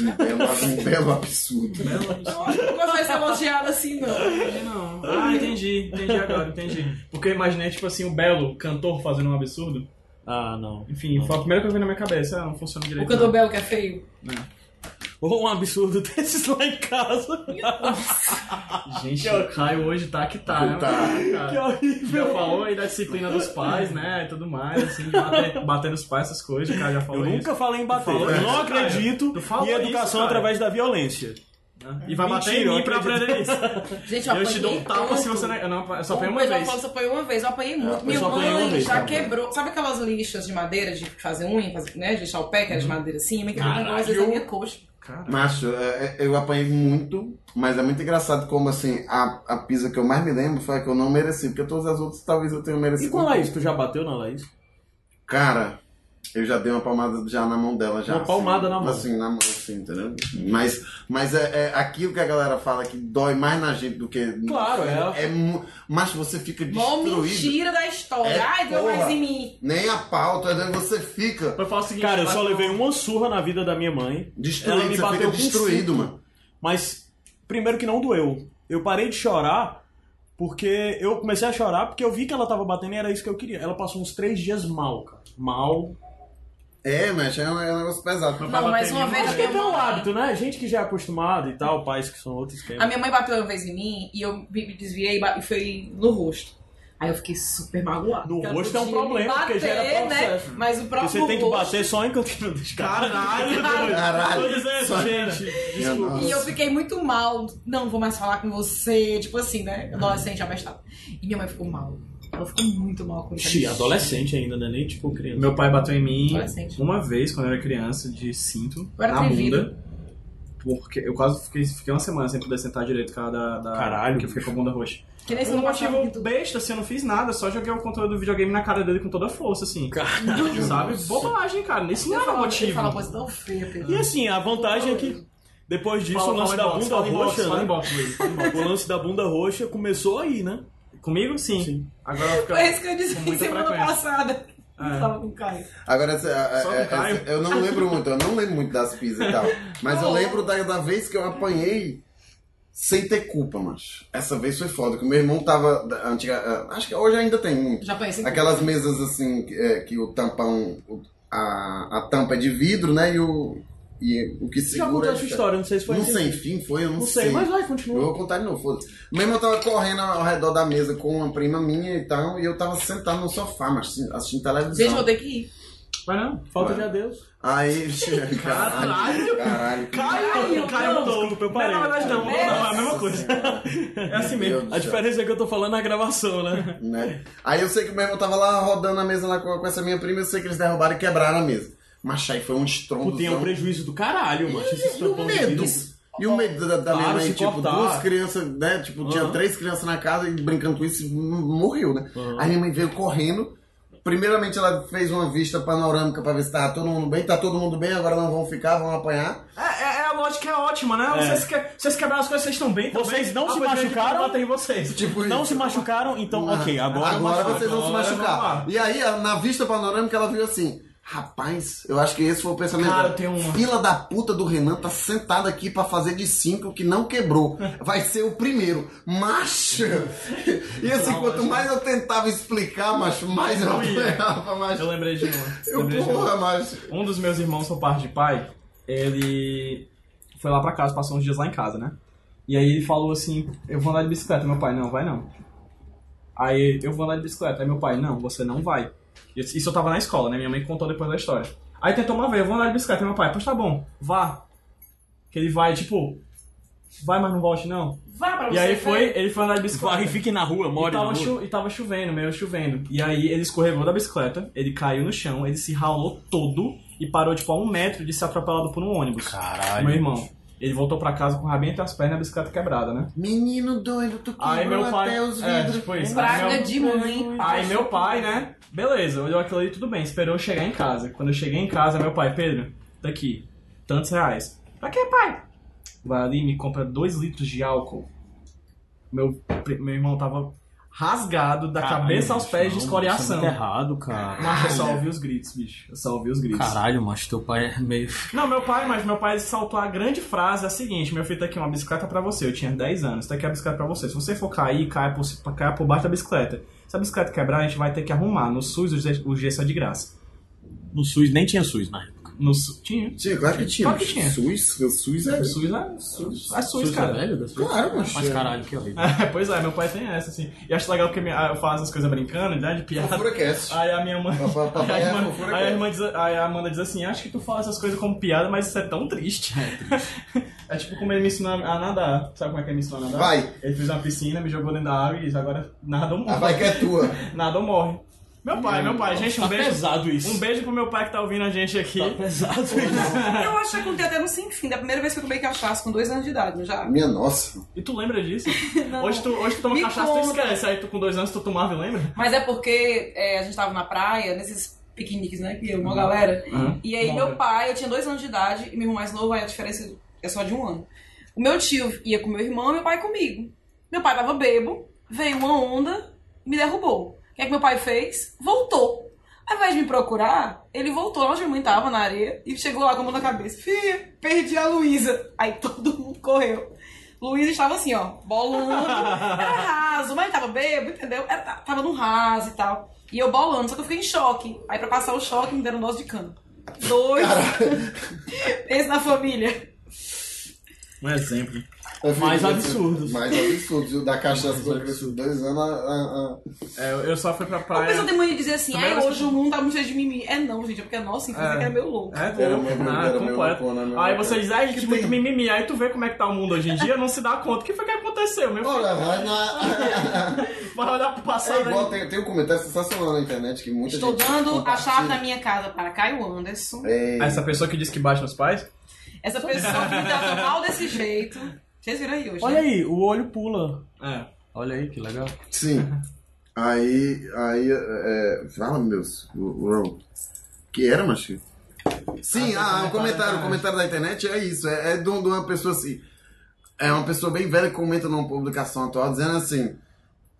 Um belo, um belo absurdo. né? Não, acho que eu não gosto de ser elogiado assim, não. Não. Ah, entendi. Entendi agora, entendi. Porque eu imaginei, tipo assim, o Belo, cantor, fazendo um absurdo. Ah, não. Enfim, foi a primeira coisa que veio na minha cabeça. Ah, não funciona direito. O cantor não. Belo que é feio. Ou um absurdo desses lá em casa. Gente, o Caio hoje tá que tá, né? Tá. Cara, Que horrível. Já falou aí da disciplina dos pais, né? E tudo mais, assim, bater, bater nos pais, essas coisas, o cara já Eu falou isso. nunca falei em bater. falou Eu não isso, cara. acredito Tu falou em educação isso, cara. através da violência. né? E vai bater em Mentira, mim eu pra acredito. aprender isso. Gente, eu Eu te apanhei dou um tapa se tanto. você não. Eu, não, eu só apanhei uma Mas vez. Eu só apanhei uma vez, eu apanhei muito. eu Minha É, só apanhei uma mãe vez, já tá bom. quebrou. Sabe aquelas lixas de madeira de fazer unha, fazer- né? De deixar o pé, que era de madeira assim? Minha mãe quebrou Uhum. Caralho. algumas vezes a minha coxa. Cara, Macho, é, é, eu apanhei muito, mas é muito engraçado como assim, a, a pisa que eu mais me lembro foi a que eu não mereci, porque todas as outras talvez eu tenha E merecido. é? com a Laís? Tu já bateu na Laís? Cara, eu já dei uma palmada já na mão dela já. Uma palmada na mão. Assim, na mão, assim, entendeu? Mas, mas é, é aquilo que a galera fala que dói mais na gente do que. Claro, é. É, mu- mas você fica Mó destruído. mentira da história. É, Ai, deu porra. mais em mim. Nem a pauta, né? Você fica eu um falo o seguinte. Cara, eu só bate- levei uma surra na vida da minha mãe, destruído, Ela me você bateu fica com destruído, cinto. mano. mas primeiro que não doeu. Eu parei de chorar porque eu comecei a chorar porque eu vi que ela tava batendo e era isso que eu queria. Ela passou uns três dias mal, cara. Mal. É, mas é um, é um negócio pesado. Vai Não, mais bater em uma mim, vez mas a Acho que é minha pelo mãe. hábito, né? Gente que já é acostumado e tal, pais que são outro esquema. A minha mãe bateu uma vez em mim e eu me desviei e ba- e foi no rosto. Aí eu fiquei super magoada. No porque ela rosto é um podia me problema, porque gera processo. Né? Mas o Porque próprio você tem que rosto- bater só em cantinho dos caras. Caralho, doido. Caralho. Tô dizendo, Só- gente. Minha Desculpa. nossa. E eu fiquei muito mal. Não vou mais falar com você. Tipo assim, né? Adolescente abestado. E minha mãe ficou mal. Ela ficou muito mal com isso. Ixi, adolescente ainda, né? Nem tipo criança. Meu pai bateu em mim Adolescente. uma vez quando eu era criança, de cinto, Eu era na atrevido. bunda. Porque eu quase fiquei, fiquei uma semana sem poder sentar direito por causa da. da Caralho. Que eu fiquei com a bunda roxa. Que nem se eu Um não passava motivo muito. besta, assim, eu não fiz nada, só joguei o controle do videogame na cara dele com toda a força, assim. Caralho. Sabe? Bobagem, cara. Isso Eu não era falava- Eu motivo. falava coisa tão feia, Pedro. E assim, a vantagem é que é depois disso o lance da Fala em box, bunda fala em box, roxa, fala em né? box, Luiz, fala em box. O lance da bunda roxa começou aí, né? Comigo, sim. Sim. Agora fica. Foi isso que eu Com disse muita semana frequência. passada. É. Eu tava com o Caio. Agora, essa- a- Só a- com o Caio. essa- eu não lembro muito, eu não lembro muito das pisas e tal. Mas eu lembro da, da vez que eu apanhei sem ter culpa, macho. Essa vez foi foda, que o meu irmão tava. da- Antiga, ah, acho que hoje ainda tem muito. Já conheci. Aquelas mesas assim, que, é, que o tampão. o- A, a tampa é de vidro, né? E o, e o que Você já segura. contou é de essa ferro. história, não sei se foi Não assim. sei, enfim, foi, eu não, Não sei, mas vai, continua. Eu vou contar de novo, foda-se. Meu irmão tava correndo ao redor da mesa com uma prima minha e tal, e eu tava sentado no sofá, mas assistindo- assistindo televisão. Gente, eu um vou ter que ir. Vai não. Falta de adeus. Aí, Caralho. caralho, caralho. Caio, Caio não. mudou. Desculpa, eu Não, parei. na verdade, não. Nossa. Não, é a mesma coisa. É assim mesmo. A diferença é que eu tô falando na gravação, né? Né? Aí eu sei que o meu irmão tava lá rodando a mesa lá com, com essa minha prima, eu sei que eles derrubaram e quebraram a mesa. Mas aí foi um estrondo. Tem um prejuízo do caralho, mano. Esses E o tampões de medo? vidro. E o medo da, da minha Claro, mãe, se tipo, cortar. duas crianças, né? Tipo, tinha Aham. três crianças na casa e brincando com isso, m- morreu, né? Aham. Aí minha mãe veio correndo. Primeiramente ela fez uma vista panorâmica pra ver se tava todo mundo bem. Tá todo mundo bem, agora não vão ficar, vão apanhar. É, é, é a lógica é ótima, né? Vocês, que, vocês quebraram as coisas, vocês estão bem. Ah, tão Vocês bem. não A se partir de machucaram? agora tem vocês. Tipo Não isso. se machucaram, então, ok, agora. Agora machuca. vocês vão se Agora vamos machucar. lá. E aí, a- na vista panorâmica, ela viu assim. Rapaz, eu acho que esse foi o pensamento. Cara, dela. tem uma. Fila da puta do Renan tá sentado aqui pra fazer de cinco que não quebrou. Vai ser o primeiro. Macho! E assim, quanto mais eu tentava explicar, macho, mais eu apanhava, Eu macho. lembrei de uma. Eu lembrei de uma. porra, macho. Um dos meus irmãos por parte de pai, ele foi lá pra casa, passou uns dias lá em casa, né? E aí ele falou assim, eu vou andar de bicicleta, meu pai, não, vai não. Aí eu vou andar de bicicleta, aí meu pai, não, você não vai. Isso isso eu tava na escola, né? Minha mãe contou depois da história. Aí tentou uma vez, eu vou andar de bicicleta, aí meu pai, pois tá bom, vá. Que ele vai, tipo, vai, mas não volte não. Vá pra você. E aí foi, Pedro. ele foi andar de bicicleta. Vai, fique na rua, E more na tava, rua. chu- e tava chovendo, meio chovendo. E aí ele escorregou da bicicleta, ele caiu no chão, ele se ralou todo e parou, tipo, a um metro de ser atropelado por um ônibus. Caralho. Meu irmão. Ele voltou pra casa com o rabinho entre as pernas e a bicicleta quebrada, né? Menino doido, tu quebrou Aí meu pai. até os é, vidros. tipo Um isso. Praga Aí meu- de mãe. Aí meu pai, né? Beleza, olhou aquilo ali, tudo bem, esperou eu chegar em casa. Quando eu cheguei em casa, meu pai, Pedro, daqui, tantos reais. Pra quê, pai? Vai ali e me compra dois litros de álcool. Meu, pri- meu irmão tava rasgado da Caralho, cabeça aos bicho, pés de não, escoriação. Isso é muito errado, cara. Mas eu só ouvi os gritos, bicho. Eu só ouvi os gritos. Caralho, macho, teu pai é meio. Não, meu pai, mas meu pai saltou a grande frase, é a seguinte, meu filho, tá aqui uma bicicleta pra você, eu tinha 10 anos, tá aqui a bicicleta pra você. Se você for cair, caia por, caia por baixo da bicicleta. Se a bicicleta quebrar, a gente vai ter que arrumar. No SUS, o G- o gesso é de graça. No SUS, nem tinha SUS na época. No SUS. Tinha. Tinha, claro que tinha. Claro que tinha. SUS, SUS é. O SUS é. SUS, é SUS, Suíça cara. velho? Das Claro, Suíça? mas Mas é. caralho, que horrível. É, pois é, meu pai tem essa, assim. E acho legal porque minha- ah, eu faço as coisas brincando, né, de é piada. Fofuracast. Aí a minha mãe. Papai- papai aí a, é irmã- fofura, aí a cara. irmã diz- aí a Amanda diz assim: Acho que tu fala essas coisas como piada, mas isso é tão triste. É, tipo como ele me ensinou a nadar. Sabe como é que ele me ensinou a nadar? Vai. Ele fez uma piscina, me jogou dentro da água e agora nada ou A morre. vai que é tua. Nada ou morre. Meu pai, meu pai. Gente, um tá beijo. pesado isso. Um beijo pro meu pai que tá ouvindo a gente aqui. Tá pesado isso. Eu acho que eu contei até no sem fim, da primeira vez que eu tomei cachaça com dois anos de idade, não já. Minha nossa. E tu lembra disso? Não. Hoje, tu, hoje tu toma Me cachaça, tu conta. esquece. Aí tu com dois anos tu tomava e lembra? Mas é porque é, a gente tava na praia, nesses piqueniques, né? Que eu, uma galera. E aí, Moga. meu pai, eu tinha dois anos de idade, e meu irmão mais novo, aí a diferença é só de um ano. O meu tio ia com meu irmão e meu pai comigo. Meu pai tava bebo, veio uma onda, me derrubou. O que é que meu pai fez? Voltou. Ao invés de me procurar, ele voltou onde minha mãe tava, na areia, e chegou lá com a mão na cabeça. Filha, perdi a Luísa. Aí todo mundo correu. Luísa estava assim, ó, bolando. Era raso, mas tava bebo, entendeu? Era- tava no raso e tal. E eu bolando, só que eu fiquei em choque. Aí pra passar o choque, me deram dose de cana. Dois. Pensa na família. Um exemplo. Eu fico- assim, Mais absurdos. Mais absurdos. E o da cachaça Mais quando eu cresci dois anos. ah, a- a- a- É, eu- eu só fui pra O praia. pessoal tem mania de dizer assim, Também ai, era hoje o mundo tá muito cheio de mimimi. É não, gente, é porque a nossa infância É. que era meio louca. É, Era louco, meu- né? era meu completo. avô, né? Meu Aí avô. você diz, ai, gente, Que muito tem- mimimi. Aí tu vê como é que tá o mundo hoje em dia, não se dá conta. O que foi que aconteceu, meu filho? Olha, vai na. Vai olhar pro É passado igual, aí. tem, tem um comentário sensacional na internet que muita Estou gente. dando a compartilha. chave da minha casa para Caio Anderson. É, Essa pessoa que disse que bate nos pais? Essa pessoa que me tratou mal desse jeito. Vocês viram aí hoje, Olha né? aí, o olho pula. É. Olha aí, que legal. Sim. Aí. Aí. É, fala, meu Deus. o- o- o- Que era, macho? Sim, ah, um comentário. O comentário da internet é isso. É, é de um- de uma pessoa assim. É uma pessoa bem velha que comenta numa publicação atual dizendo assim.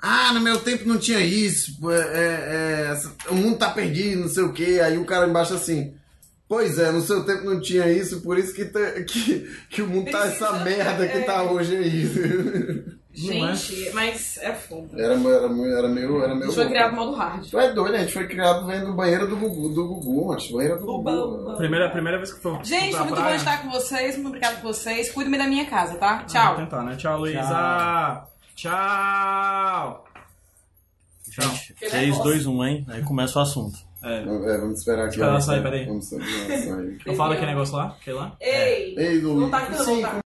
Ah, no meu tempo não tinha isso. pô, é- é- é, essa- o mundo tá perdido, não sei o quê. Aí o cara embaixo assim. Pois é, no seu tempo não tinha isso, por isso que, tá- que, que o mundo tá essa Precisa- merda que é. tá hoje aí. Gente, mas é foda. Era, era, era meu. Era A meu gente foi criado no modo hard. Tu é doido, a gente foi criado vendo o banheiro do Gugu, do Gugu, mas banheiro do Oba, oba. Gugu. Primeira, primeira vez que eu fui Gente, pra foi muito praia. bom estar com vocês. Muito obrigada por vocês. Cuidem-me da minha casa, tá? Tchau. Tchau. Vou tentar, né? Tchau, Luísa. Tchau. Tchau. Gente, 3, 2, 1, hein? Aí começa o assunto. É. É, vamos esperar aqui. Espera ela ó. sair, peraí. Vamos sair, vamos sair. Eu falo aquele negócio lá, aquele lá. Ei! Ei, Luiz. Não tá aqui, não, Sim, tá.